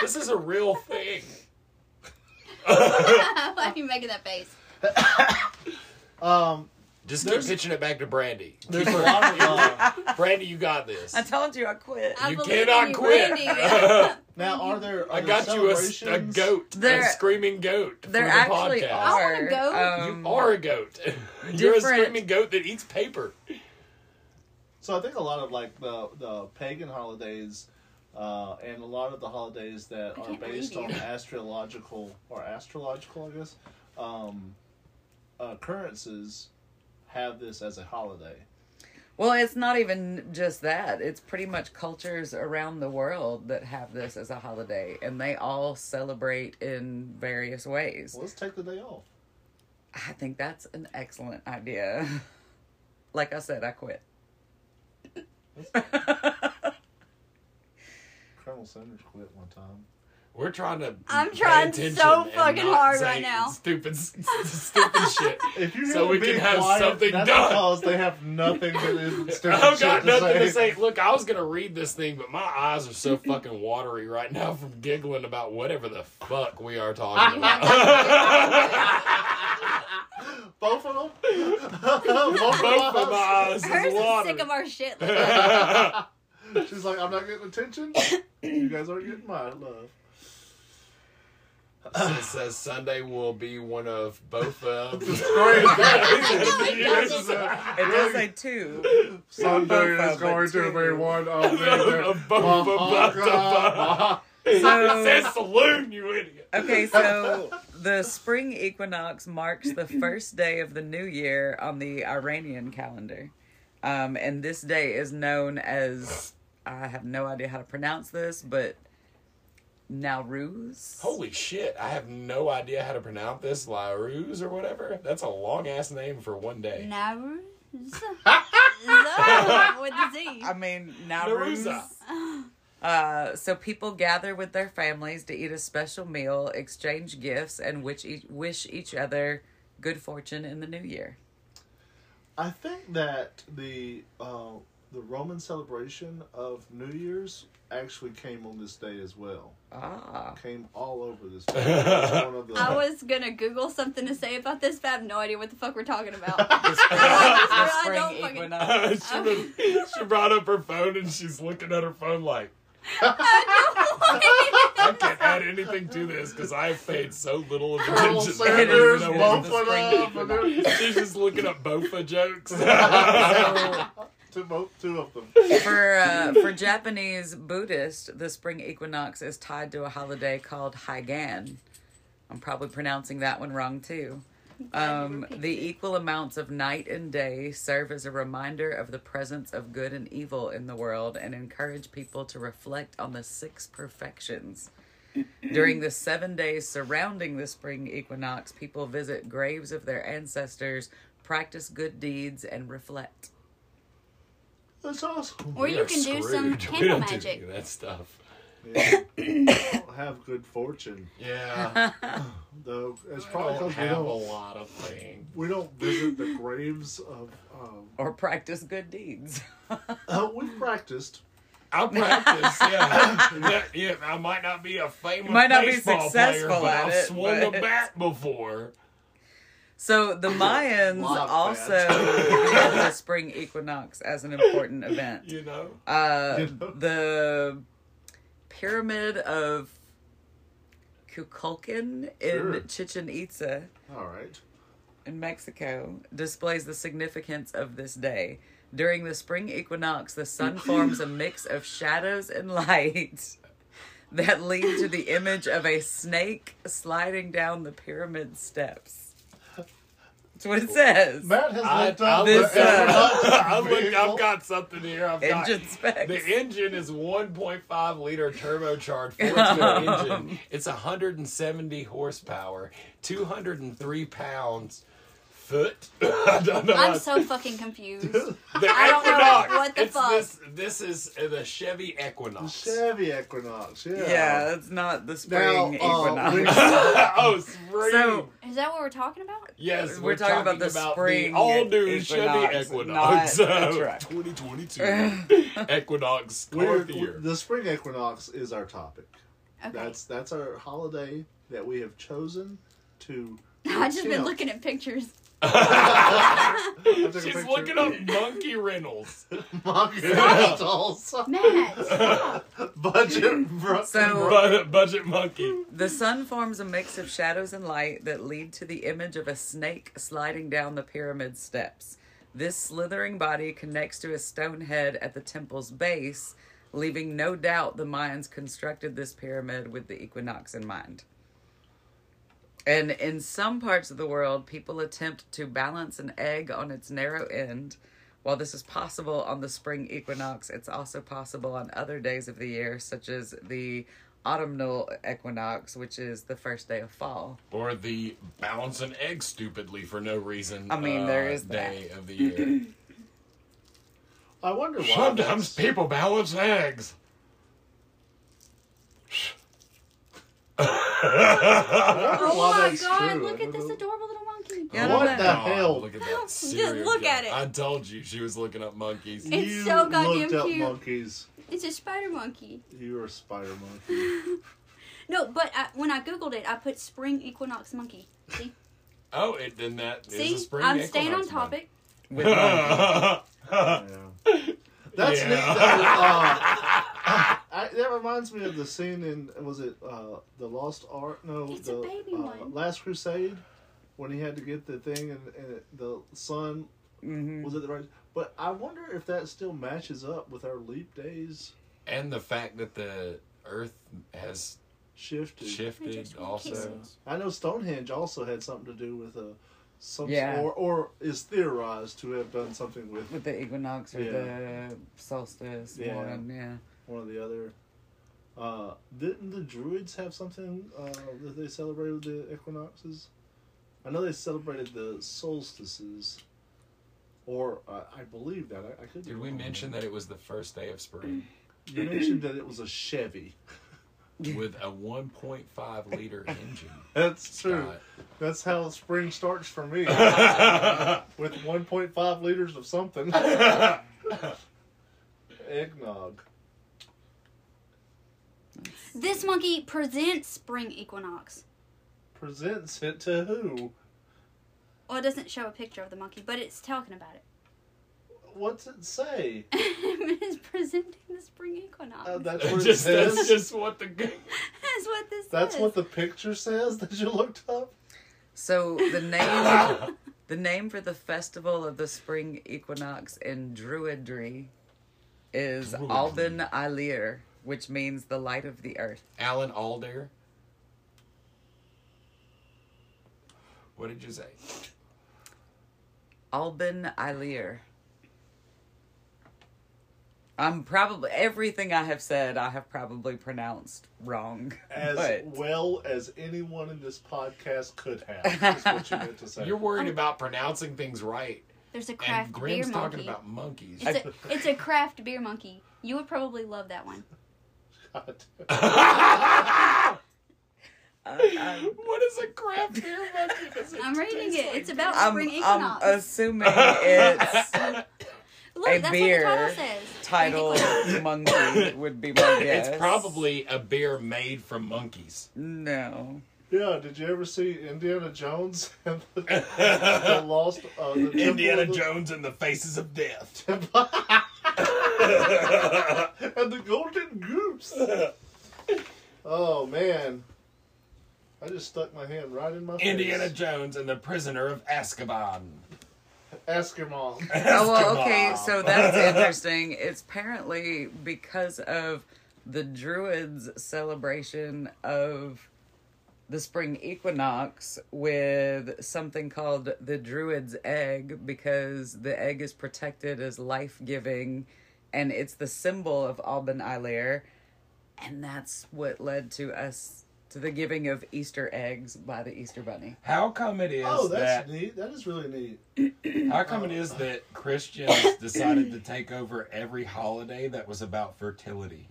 [SPEAKER 5] This is a real thing.
[SPEAKER 3] Why are you making that face?
[SPEAKER 2] um,
[SPEAKER 5] Just keep pitching it back to Brandy.
[SPEAKER 2] there's a lot of uh,
[SPEAKER 5] Brandy, you got this.
[SPEAKER 1] I told you I quit.
[SPEAKER 3] I
[SPEAKER 5] You
[SPEAKER 3] believe in
[SPEAKER 5] cannot
[SPEAKER 3] you,
[SPEAKER 5] quit.
[SPEAKER 3] Randy.
[SPEAKER 2] now are there? Are
[SPEAKER 5] I
[SPEAKER 2] there
[SPEAKER 5] got you a, s- a
[SPEAKER 2] celebrations?
[SPEAKER 5] goat,
[SPEAKER 1] There-
[SPEAKER 5] a screaming goat.
[SPEAKER 1] There
[SPEAKER 5] for the
[SPEAKER 1] actually
[SPEAKER 5] podcast.
[SPEAKER 3] I wanna
[SPEAKER 1] are.
[SPEAKER 3] go.
[SPEAKER 1] um,
[SPEAKER 5] You are a goat. You're a
[SPEAKER 1] different-
[SPEAKER 5] screaming goat that eats paper.
[SPEAKER 2] So I think a lot of like the the pagan holidays, uh, and a lot of the holidays that are
[SPEAKER 3] can't
[SPEAKER 2] based on
[SPEAKER 3] believe you.
[SPEAKER 2] astrological or astrological, I guess, um, occurrences have this as a holiday.
[SPEAKER 1] Well, it's not even just that. It's pretty much cultures around the world that have this as a holiday, and they all celebrate in various ways.
[SPEAKER 2] Well, let's take the day off.
[SPEAKER 1] I think that's an excellent idea. Like I said, I quit.
[SPEAKER 2] Colonel Sanders quit one time.
[SPEAKER 5] We're trying to.
[SPEAKER 3] I'm
[SPEAKER 5] pay
[SPEAKER 3] trying
[SPEAKER 5] attention
[SPEAKER 3] so
[SPEAKER 5] and
[SPEAKER 3] fucking
[SPEAKER 5] not
[SPEAKER 3] hard
[SPEAKER 5] say
[SPEAKER 3] right now.
[SPEAKER 5] Stupid, s- s- stupid shit.
[SPEAKER 2] If you
[SPEAKER 5] So
[SPEAKER 2] hear
[SPEAKER 5] we
[SPEAKER 2] them
[SPEAKER 5] can
[SPEAKER 2] be
[SPEAKER 5] have
[SPEAKER 2] quiet,
[SPEAKER 5] something
[SPEAKER 2] that's
[SPEAKER 5] done.
[SPEAKER 2] Because they have nothing that is stupid
[SPEAKER 5] I've
[SPEAKER 2] shit
[SPEAKER 5] got nothing
[SPEAKER 2] to
[SPEAKER 5] to say. Look, I was gonna read this thing, but my eyes are so fucking watery right now from giggling about whatever the fuck we are talking about.
[SPEAKER 2] Both of them. Both
[SPEAKER 5] Both of my
[SPEAKER 2] of
[SPEAKER 5] eyes
[SPEAKER 3] Hers
[SPEAKER 5] is
[SPEAKER 3] is
[SPEAKER 5] watery.
[SPEAKER 3] sick of our shit.
[SPEAKER 2] them. She's like, I'm not getting attention. you guys aren't getting my love.
[SPEAKER 5] it says Sunday will be one of both of.
[SPEAKER 1] It does say two.
[SPEAKER 2] Sunday
[SPEAKER 1] Both
[SPEAKER 2] is
[SPEAKER 1] of
[SPEAKER 2] going
[SPEAKER 1] it,
[SPEAKER 2] to
[SPEAKER 1] too.
[SPEAKER 2] be one of the.
[SPEAKER 5] Of both of both. It
[SPEAKER 1] So,
[SPEAKER 5] says saloon, you idiot.
[SPEAKER 1] okay, so the spring equinox marks the first day of the new year on the Iranian calendar. Um, and this day is known as, I have no idea how to pronounce this, but Nowruz.
[SPEAKER 5] Holy shit! I have no idea how to pronounce this Laruse or whatever. That's a long ass name for one day.
[SPEAKER 3] Nowruz? no, with the Z.
[SPEAKER 1] I mean, Nowruz.
[SPEAKER 5] Nowruz.
[SPEAKER 1] Uh, so people gather with their families to eat a special meal, exchange gifts, and wish each, wish each other good fortune in the new year.
[SPEAKER 2] I think that the uh, the Roman celebration of New Year's actually came on this day as well.
[SPEAKER 1] Ah.
[SPEAKER 2] Came all over this. Day. It's one of the-
[SPEAKER 3] I was gonna Google something to say about this, but I have no idea what the fuck we're talking about.
[SPEAKER 1] The spring, the
[SPEAKER 3] I
[SPEAKER 1] spring
[SPEAKER 3] don't fucking-
[SPEAKER 1] equinox.
[SPEAKER 5] she, was- she brought up her phone and she's looking at her phone like, I can't add anything to this because I've paid so little of
[SPEAKER 2] Colonel
[SPEAKER 5] attention. I don't even
[SPEAKER 2] Sanders,
[SPEAKER 5] know
[SPEAKER 1] It
[SPEAKER 5] what
[SPEAKER 1] is
[SPEAKER 2] both of
[SPEAKER 1] the
[SPEAKER 2] them.
[SPEAKER 1] spring
[SPEAKER 5] the- She's just looking up Bofa jokes.
[SPEAKER 1] So
[SPEAKER 2] Two, both, two of them.
[SPEAKER 1] for uh, for Japanese Buddhists, the spring equinox is tied to a holiday called Haigan. I'm probably pronouncing that one wrong too. Um, the equal amounts of night and day serve as a reminder of the presence of good and evil in the world and encourage people to reflect on the six perfections. During the seven days surrounding the spring equinox, people visit graves of their ancestors, practice good deeds, and reflect.
[SPEAKER 2] That's awesome.
[SPEAKER 3] Or
[SPEAKER 5] We
[SPEAKER 3] you
[SPEAKER 5] are
[SPEAKER 3] can do
[SPEAKER 5] screwed.
[SPEAKER 3] some
[SPEAKER 5] We
[SPEAKER 3] candle
[SPEAKER 5] don't do
[SPEAKER 3] magic.
[SPEAKER 5] any of that stuff.
[SPEAKER 2] Yeah. Don't have good fortune
[SPEAKER 5] Yeah,
[SPEAKER 2] though. It's
[SPEAKER 5] I
[SPEAKER 2] probably
[SPEAKER 5] don't
[SPEAKER 2] because we
[SPEAKER 5] have a
[SPEAKER 2] don't
[SPEAKER 5] lot of things.
[SPEAKER 2] we don't visit the graves of. Um,
[SPEAKER 1] or practice good deeds.
[SPEAKER 2] uh, we've practiced.
[SPEAKER 5] I'll practice. Yeah, That- yeah. I might not be a famous
[SPEAKER 1] might not be
[SPEAKER 5] baseball
[SPEAKER 1] successful
[SPEAKER 5] player, but
[SPEAKER 1] at
[SPEAKER 5] I've
[SPEAKER 1] it,
[SPEAKER 5] swung
[SPEAKER 1] but-
[SPEAKER 5] a bat before.
[SPEAKER 1] so the Mayans
[SPEAKER 2] Lot of
[SPEAKER 1] also
[SPEAKER 2] bad.
[SPEAKER 1] had the spring equinox as an important event.
[SPEAKER 5] You know,
[SPEAKER 1] Uh,
[SPEAKER 2] You know?
[SPEAKER 1] the pyramid of Kukulkan in
[SPEAKER 2] Sure.
[SPEAKER 1] Chichen Itza
[SPEAKER 2] All right.
[SPEAKER 1] in Mexico displays the significance of this day. During the spring equinox, the sun forms a mix of shadows and light that lead to the image of a snake sliding down the pyramid steps. That's what it says.
[SPEAKER 2] Matt has
[SPEAKER 5] I-
[SPEAKER 2] looked
[SPEAKER 5] I
[SPEAKER 2] up.
[SPEAKER 1] looked-
[SPEAKER 2] the Equinox
[SPEAKER 5] I look,
[SPEAKER 2] vehicle.
[SPEAKER 5] I've got something here. I've got-
[SPEAKER 1] uh, Engine specs.
[SPEAKER 5] The engine is 1.5 liter turbocharged four-cylinder engine. It's 170 horsepower, 203 pounds foot. I don't know.
[SPEAKER 3] I'm
[SPEAKER 5] what-
[SPEAKER 3] so fucking confused.
[SPEAKER 5] the
[SPEAKER 3] I don't know
[SPEAKER 5] Equinox.
[SPEAKER 3] what the
[SPEAKER 5] It's
[SPEAKER 3] fuck.
[SPEAKER 5] This, this is uh, the Chevy Equinox.
[SPEAKER 2] Chevy Equinox. Yeah.
[SPEAKER 1] Yeah, that's not the
[SPEAKER 2] Now,
[SPEAKER 1] spring
[SPEAKER 2] uh,
[SPEAKER 1] equinox.
[SPEAKER 2] we-
[SPEAKER 5] oh, spring.
[SPEAKER 1] So-
[SPEAKER 3] Is that what we're talking about?
[SPEAKER 5] yes,
[SPEAKER 1] we're talking about the spring
[SPEAKER 5] all new
[SPEAKER 1] equinox,
[SPEAKER 5] Chevy Equinox.
[SPEAKER 1] not the truck.
[SPEAKER 5] 2022 Equinox
[SPEAKER 2] We're,
[SPEAKER 5] North year.
[SPEAKER 2] the spring equinox is our topic.
[SPEAKER 3] Okay.
[SPEAKER 2] That's that's our holiday that we have chosen to.
[SPEAKER 3] I've just been
[SPEAKER 2] attempt.
[SPEAKER 3] looking at pictures.
[SPEAKER 2] I took a
[SPEAKER 5] She's
[SPEAKER 2] picture.
[SPEAKER 5] looking up Monkey Reynolds.
[SPEAKER 2] Mock rentals.
[SPEAKER 3] Matt, stop.
[SPEAKER 2] budget. bro-
[SPEAKER 1] So-
[SPEAKER 5] budget, budget Monkey.
[SPEAKER 1] The sun forms a mix of shadows and light that lead to the image of a snake sliding down the pyramid steps. This slithering body connects to a stone head at the temple's base, leaving no doubt the Mayans constructed this pyramid with the equinox in mind. And in some parts of the world, people attempt to balance an egg on its narrow end. While this is possible on the spring equinox, it's also possible on other days of the year, such as the autumnal equinox, which is the first day of fall.
[SPEAKER 5] Or the bounce an egg stupidly for no reason.
[SPEAKER 1] I mean,
[SPEAKER 5] uh,
[SPEAKER 1] there is that.
[SPEAKER 5] day of the year.
[SPEAKER 2] I wonder why.
[SPEAKER 5] Sometimes
[SPEAKER 2] that's-
[SPEAKER 5] people balance eggs.
[SPEAKER 2] I wonder
[SPEAKER 3] Oh
[SPEAKER 2] why
[SPEAKER 3] my
[SPEAKER 2] that's
[SPEAKER 3] god,
[SPEAKER 2] true.
[SPEAKER 3] look
[SPEAKER 2] I
[SPEAKER 3] at this
[SPEAKER 5] Uh-huh.
[SPEAKER 2] don't know.
[SPEAKER 3] adorable little monkey.
[SPEAKER 1] Yeah, I don't
[SPEAKER 2] What
[SPEAKER 1] know.
[SPEAKER 2] the hell?
[SPEAKER 5] Look at
[SPEAKER 3] Just
[SPEAKER 5] that. serial
[SPEAKER 3] look at
[SPEAKER 5] killer.
[SPEAKER 3] it.
[SPEAKER 5] I told you she was looking up monkeys.
[SPEAKER 3] It's
[SPEAKER 2] you
[SPEAKER 3] so goddamn
[SPEAKER 2] looked up
[SPEAKER 3] cute.
[SPEAKER 2] monkeys.
[SPEAKER 3] It's a spider monkey.
[SPEAKER 2] You are a spider monkey.
[SPEAKER 3] No, but I, when I googled it, I put spring equinox monkey. See,
[SPEAKER 5] Oh, it then that is
[SPEAKER 3] see,
[SPEAKER 5] a spring
[SPEAKER 3] I'm staying on
[SPEAKER 5] equinox monkey.
[SPEAKER 3] topic.
[SPEAKER 1] With monkey.
[SPEAKER 2] Yeah. That's
[SPEAKER 5] Yeah.
[SPEAKER 2] neat. That, uh, I, that reminds me of the scene in was it uh, the Lost Art? No,
[SPEAKER 3] It's a
[SPEAKER 2] the
[SPEAKER 3] baby
[SPEAKER 2] uh,
[SPEAKER 3] one.
[SPEAKER 2] Last Crusade when he had to get the thing and, and the sun
[SPEAKER 1] Mhm.
[SPEAKER 2] was it the right? But I wonder if that still matches up with our leap days
[SPEAKER 5] And the fact that the Earth has
[SPEAKER 2] shifted.
[SPEAKER 3] I
[SPEAKER 5] shifted
[SPEAKER 3] just wanna kiss
[SPEAKER 5] also.
[SPEAKER 3] him.
[SPEAKER 2] I know Stonehenge also had something to do with a some
[SPEAKER 1] Yeah.
[SPEAKER 2] or or is theorized to have done something with
[SPEAKER 1] With the equinox or the solstice
[SPEAKER 2] Yeah.
[SPEAKER 1] one, yeah.
[SPEAKER 2] one or the other. Uh, didn't the Druids have something uh, that they celebrated the equinoxes? I know they celebrated the solstices, or uh, I believe that. I, I could. be
[SPEAKER 5] Did we
[SPEAKER 2] wrong.
[SPEAKER 5] mention that it was the first day of spring
[SPEAKER 2] You mentioned that it was a Chevy.
[SPEAKER 5] with a 1.5 liter engine?
[SPEAKER 2] That's true.
[SPEAKER 5] Scott?
[SPEAKER 2] That's how spring starts for me. With 1.5 liters of something. Eggnog.
[SPEAKER 3] This monkey presents spring equinox.
[SPEAKER 2] Presents it to who?
[SPEAKER 3] Well, it doesn't show a picture of the monkey, but it's talking about it.
[SPEAKER 2] What's it say?
[SPEAKER 3] it's presenting the spring equinox.
[SPEAKER 2] Oh, that's what it
[SPEAKER 5] just,
[SPEAKER 2] says.
[SPEAKER 5] that's just what the
[SPEAKER 3] That's what this
[SPEAKER 2] That's
[SPEAKER 3] is.
[SPEAKER 2] what the picture says that you looked up.
[SPEAKER 1] So the name the name for the festival of the spring equinox in Druidry is Alban Alir, which means the light of the earth.
[SPEAKER 5] Alan Alder. What did you say?
[SPEAKER 1] Alban Alir. I'm probably everything I have said I have probably pronounced wrong.
[SPEAKER 2] As
[SPEAKER 1] but
[SPEAKER 2] well as anyone in this podcast could have. Is what you meant to say.
[SPEAKER 5] You're worried about pronouncing things right,
[SPEAKER 3] There's a
[SPEAKER 5] and
[SPEAKER 3] craft beer
[SPEAKER 5] Grim's talking
[SPEAKER 3] monkey.
[SPEAKER 5] about monkeys.
[SPEAKER 3] It's a, it's a craft beer monkey. You would probably love that one.
[SPEAKER 2] God.
[SPEAKER 5] what is a craft beer monkey? Does it
[SPEAKER 3] I'm reading
[SPEAKER 5] taste
[SPEAKER 3] it.
[SPEAKER 5] like?
[SPEAKER 3] It's about
[SPEAKER 1] I'm,
[SPEAKER 3] spring
[SPEAKER 1] I'm
[SPEAKER 3] equinox.
[SPEAKER 1] assuming it's
[SPEAKER 3] Look,
[SPEAKER 1] a
[SPEAKER 3] that's
[SPEAKER 1] beer
[SPEAKER 3] what the title
[SPEAKER 1] titled
[SPEAKER 3] says. Spring equinox.
[SPEAKER 1] Monkey would be my guess.
[SPEAKER 5] It's probably a beer made from monkeys.
[SPEAKER 1] no.
[SPEAKER 2] Yeah, did you ever see Indiana Jones and the, the lost uh, the
[SPEAKER 5] Indiana
[SPEAKER 2] Temple
[SPEAKER 5] Jones and the Faces of Death.
[SPEAKER 2] of the, Jones and the Golden Goose? Oh man, I just stuck my hand right in my face.
[SPEAKER 5] Indiana Jones and the Prisoner of Azkaban.
[SPEAKER 2] Ask your mom.
[SPEAKER 1] Oh, well, okay, so that's interesting. It's apparently because of the Druids' celebration of the spring equinox with something called the Druid's Egg, because the egg is protected as life giving and it's the symbol of Alban Ilir. And that's what led to us to the giving of Easter eggs by the Easter Bunny.
[SPEAKER 5] How come it is
[SPEAKER 2] Oh, that's
[SPEAKER 5] that?
[SPEAKER 2] neat. That is really neat.
[SPEAKER 5] How come it is that Christians decided to take over every holiday that was about fertility,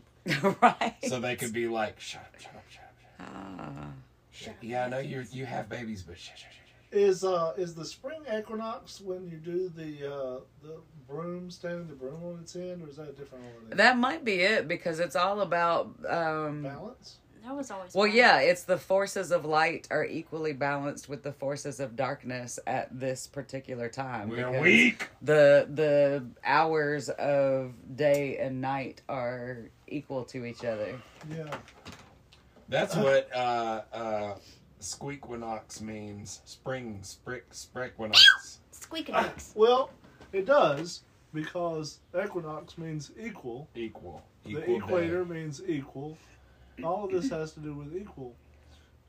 [SPEAKER 1] right?
[SPEAKER 5] so they could be like, shut up, shut up, shut up, shut up.
[SPEAKER 2] Ah,
[SPEAKER 5] Shut- yeah, I know you you have babies, but shut, shut, shut, shut.
[SPEAKER 2] Is uh is the spring equinox when you do the uh the broom standing the broom on its end, or is that a different holiday?
[SPEAKER 1] That might be it because it's all about um
[SPEAKER 2] balance.
[SPEAKER 3] That was always
[SPEAKER 1] well
[SPEAKER 3] mine.
[SPEAKER 1] yeah, it's the forces of light are equally balanced with the forces of darkness at this particular time.
[SPEAKER 5] We're
[SPEAKER 1] because
[SPEAKER 5] weak.
[SPEAKER 1] The the hours of day and night are equal to each other.
[SPEAKER 2] Yeah.
[SPEAKER 5] That's what uh, uh, squeakwinox means. Spring, sprick, sprequinox.
[SPEAKER 3] Squeakinocks.
[SPEAKER 2] Well, it does because equinox means equal.
[SPEAKER 5] Equal.
[SPEAKER 2] the
[SPEAKER 5] Equal day.
[SPEAKER 2] equator means equal. All of this has to do with equal.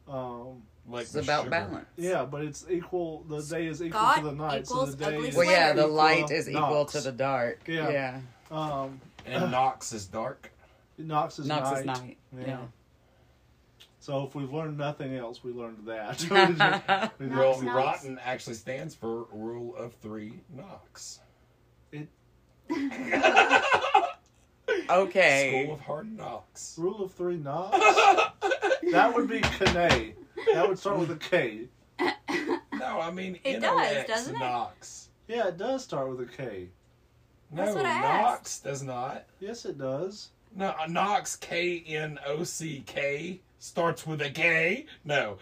[SPEAKER 2] Um,
[SPEAKER 5] Like
[SPEAKER 1] It's
[SPEAKER 5] the
[SPEAKER 1] about
[SPEAKER 5] sugar.
[SPEAKER 1] balance.
[SPEAKER 2] yeah, but it's equal. The day is equal
[SPEAKER 3] Scott
[SPEAKER 2] to the night, so
[SPEAKER 3] equals
[SPEAKER 2] the day.
[SPEAKER 3] ugly
[SPEAKER 2] Is
[SPEAKER 1] Well yeah, the
[SPEAKER 2] equal
[SPEAKER 1] light is equal
[SPEAKER 2] Nox.
[SPEAKER 1] to the dark.
[SPEAKER 2] Yeah.
[SPEAKER 1] Yeah.
[SPEAKER 2] Um,
[SPEAKER 5] And Nox is dark.
[SPEAKER 2] Knox is
[SPEAKER 1] Nox
[SPEAKER 2] night.
[SPEAKER 1] is night. Yeah.
[SPEAKER 2] So if we've learned nothing else, we learned that. We learned
[SPEAKER 5] Well,
[SPEAKER 2] that.
[SPEAKER 5] rotten actually stands for rule of three Nox.
[SPEAKER 1] Okay.
[SPEAKER 5] School of hard knocks.
[SPEAKER 2] Rule of three knobs. that would be Kane. That would start with a K.
[SPEAKER 5] No, I mean
[SPEAKER 3] It does,
[SPEAKER 5] intellects
[SPEAKER 3] doesn't it?
[SPEAKER 5] Nox.
[SPEAKER 2] Yeah, it does start with a K.
[SPEAKER 5] No,
[SPEAKER 3] That's what I
[SPEAKER 5] Nox does not.
[SPEAKER 2] Yes, it does.
[SPEAKER 5] No, a Nox K N O C K starts with a K. No,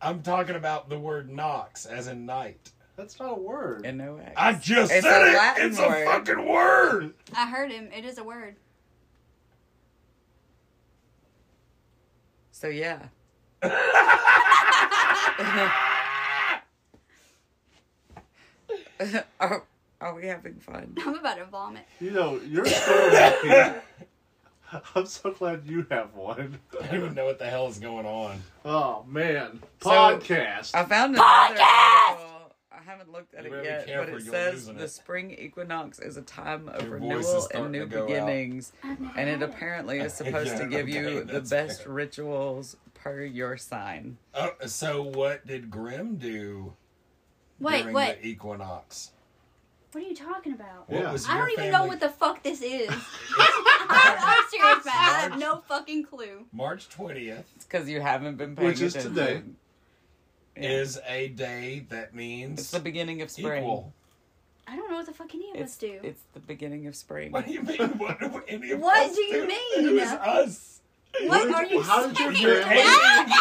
[SPEAKER 5] I'm talking about the word Nox as in night.
[SPEAKER 2] That's not a word.
[SPEAKER 1] And no X.
[SPEAKER 5] I just
[SPEAKER 1] It's
[SPEAKER 5] said
[SPEAKER 1] a
[SPEAKER 5] it.
[SPEAKER 1] Latin
[SPEAKER 5] it's
[SPEAKER 1] word.
[SPEAKER 5] a fucking word.
[SPEAKER 3] I heard him. It is a word.
[SPEAKER 1] So yeah. are, are we having fun?
[SPEAKER 3] I'm about to vomit.
[SPEAKER 2] You know, you're so happy. I'm so glad you have one.
[SPEAKER 5] I don't even know what the hell is going on.
[SPEAKER 2] Oh man,
[SPEAKER 1] So-
[SPEAKER 2] podcast.
[SPEAKER 1] I found another article. I haven't looked at
[SPEAKER 5] You
[SPEAKER 1] it
[SPEAKER 5] better be
[SPEAKER 1] yet, but
[SPEAKER 5] careful,
[SPEAKER 1] it
[SPEAKER 5] you're
[SPEAKER 1] says
[SPEAKER 5] losing
[SPEAKER 1] the
[SPEAKER 5] it.
[SPEAKER 1] spring equinox is a time of
[SPEAKER 5] Your voice is
[SPEAKER 1] renewal and
[SPEAKER 5] starting
[SPEAKER 1] new
[SPEAKER 5] to go out.
[SPEAKER 1] beginnings, and it apparently is supposed to
[SPEAKER 5] Yeah,
[SPEAKER 1] give you
[SPEAKER 5] okay,
[SPEAKER 1] the
[SPEAKER 5] that's
[SPEAKER 1] best
[SPEAKER 5] fair.
[SPEAKER 1] rituals per your sign.
[SPEAKER 5] Oh, so what did Grimm do
[SPEAKER 3] Wait,
[SPEAKER 5] during
[SPEAKER 3] wait.
[SPEAKER 5] the equinox?
[SPEAKER 3] What are you talking about?
[SPEAKER 5] What
[SPEAKER 2] Yeah.
[SPEAKER 5] was
[SPEAKER 3] I
[SPEAKER 5] your
[SPEAKER 3] don't even
[SPEAKER 5] family-
[SPEAKER 3] know what the fuck this is. I'm serious, man. I have no fucking clue.
[SPEAKER 5] March twentieth
[SPEAKER 1] It's because you haven't been paying
[SPEAKER 2] Which is
[SPEAKER 1] attention.
[SPEAKER 2] today.
[SPEAKER 1] Yeah.
[SPEAKER 5] is a day that means
[SPEAKER 1] It's the beginning of spring.
[SPEAKER 5] equal.
[SPEAKER 3] I don't know what the fuck any of us
[SPEAKER 1] It's,
[SPEAKER 3] do.
[SPEAKER 1] it's the beginning of spring.
[SPEAKER 5] What do you mean? What do any of
[SPEAKER 3] What
[SPEAKER 5] us
[SPEAKER 3] do you
[SPEAKER 5] It
[SPEAKER 3] mean?
[SPEAKER 5] was us.
[SPEAKER 3] what are you
[SPEAKER 2] How did your
[SPEAKER 3] saying?
[SPEAKER 2] family?
[SPEAKER 3] No!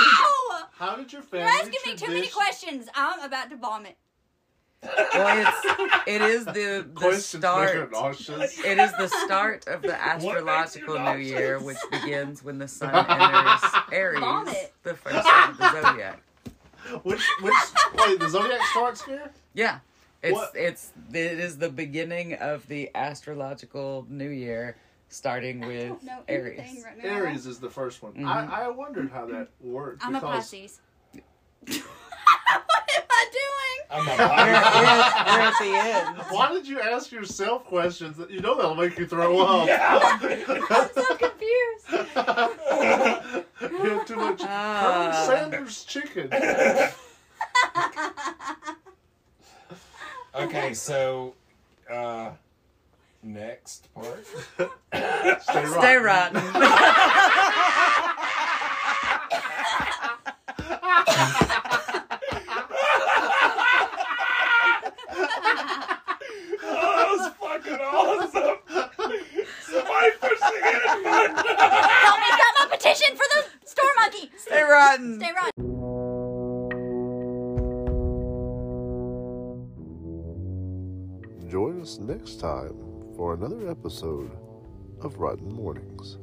[SPEAKER 2] How did your
[SPEAKER 3] You're
[SPEAKER 2] family?
[SPEAKER 3] asking me too many
[SPEAKER 2] tradition-
[SPEAKER 3] questions. I'm about to vomit.
[SPEAKER 1] Well, it's it is the, the
[SPEAKER 2] Questions make her
[SPEAKER 1] start.
[SPEAKER 2] nauseous.
[SPEAKER 1] It is the start of the
[SPEAKER 5] makes you
[SPEAKER 1] astrological new
[SPEAKER 5] nauseous?
[SPEAKER 1] year, which begins when the sun enters Aries,
[SPEAKER 3] Vomit.
[SPEAKER 1] the first sign of the zodiac.
[SPEAKER 2] Which which wait, the zodiac starts here?
[SPEAKER 1] Yeah, it's
[SPEAKER 2] What-
[SPEAKER 1] it's it is the beginning of the astrological new year, starting
[SPEAKER 3] I
[SPEAKER 1] with
[SPEAKER 3] don't know anything
[SPEAKER 1] Aries.
[SPEAKER 3] right now.
[SPEAKER 2] Aries is the first one.
[SPEAKER 1] Mm-hmm.
[SPEAKER 2] I, I wondered how that worked.
[SPEAKER 3] I'm a
[SPEAKER 2] because-
[SPEAKER 3] Pisces. what am I doing?
[SPEAKER 5] I'm a
[SPEAKER 1] We're, we're-
[SPEAKER 5] pirate.
[SPEAKER 1] we're at the end.
[SPEAKER 2] Why did you ask yourself questions that you know that'll make you throw up?
[SPEAKER 3] I'm so confused.
[SPEAKER 2] you have too much Colonel
[SPEAKER 1] Ah.
[SPEAKER 2] Sanders chicken.
[SPEAKER 5] okay, so uh, next part.
[SPEAKER 2] Stay right.
[SPEAKER 1] Stay rotten.
[SPEAKER 5] oh, that was fucking awesome. Somebody pushing it.
[SPEAKER 3] Help me sign my petition for the store monkey.
[SPEAKER 1] Stay rotten.
[SPEAKER 3] Stay right.
[SPEAKER 9] Join us next time for another episode of Rotten Mornings.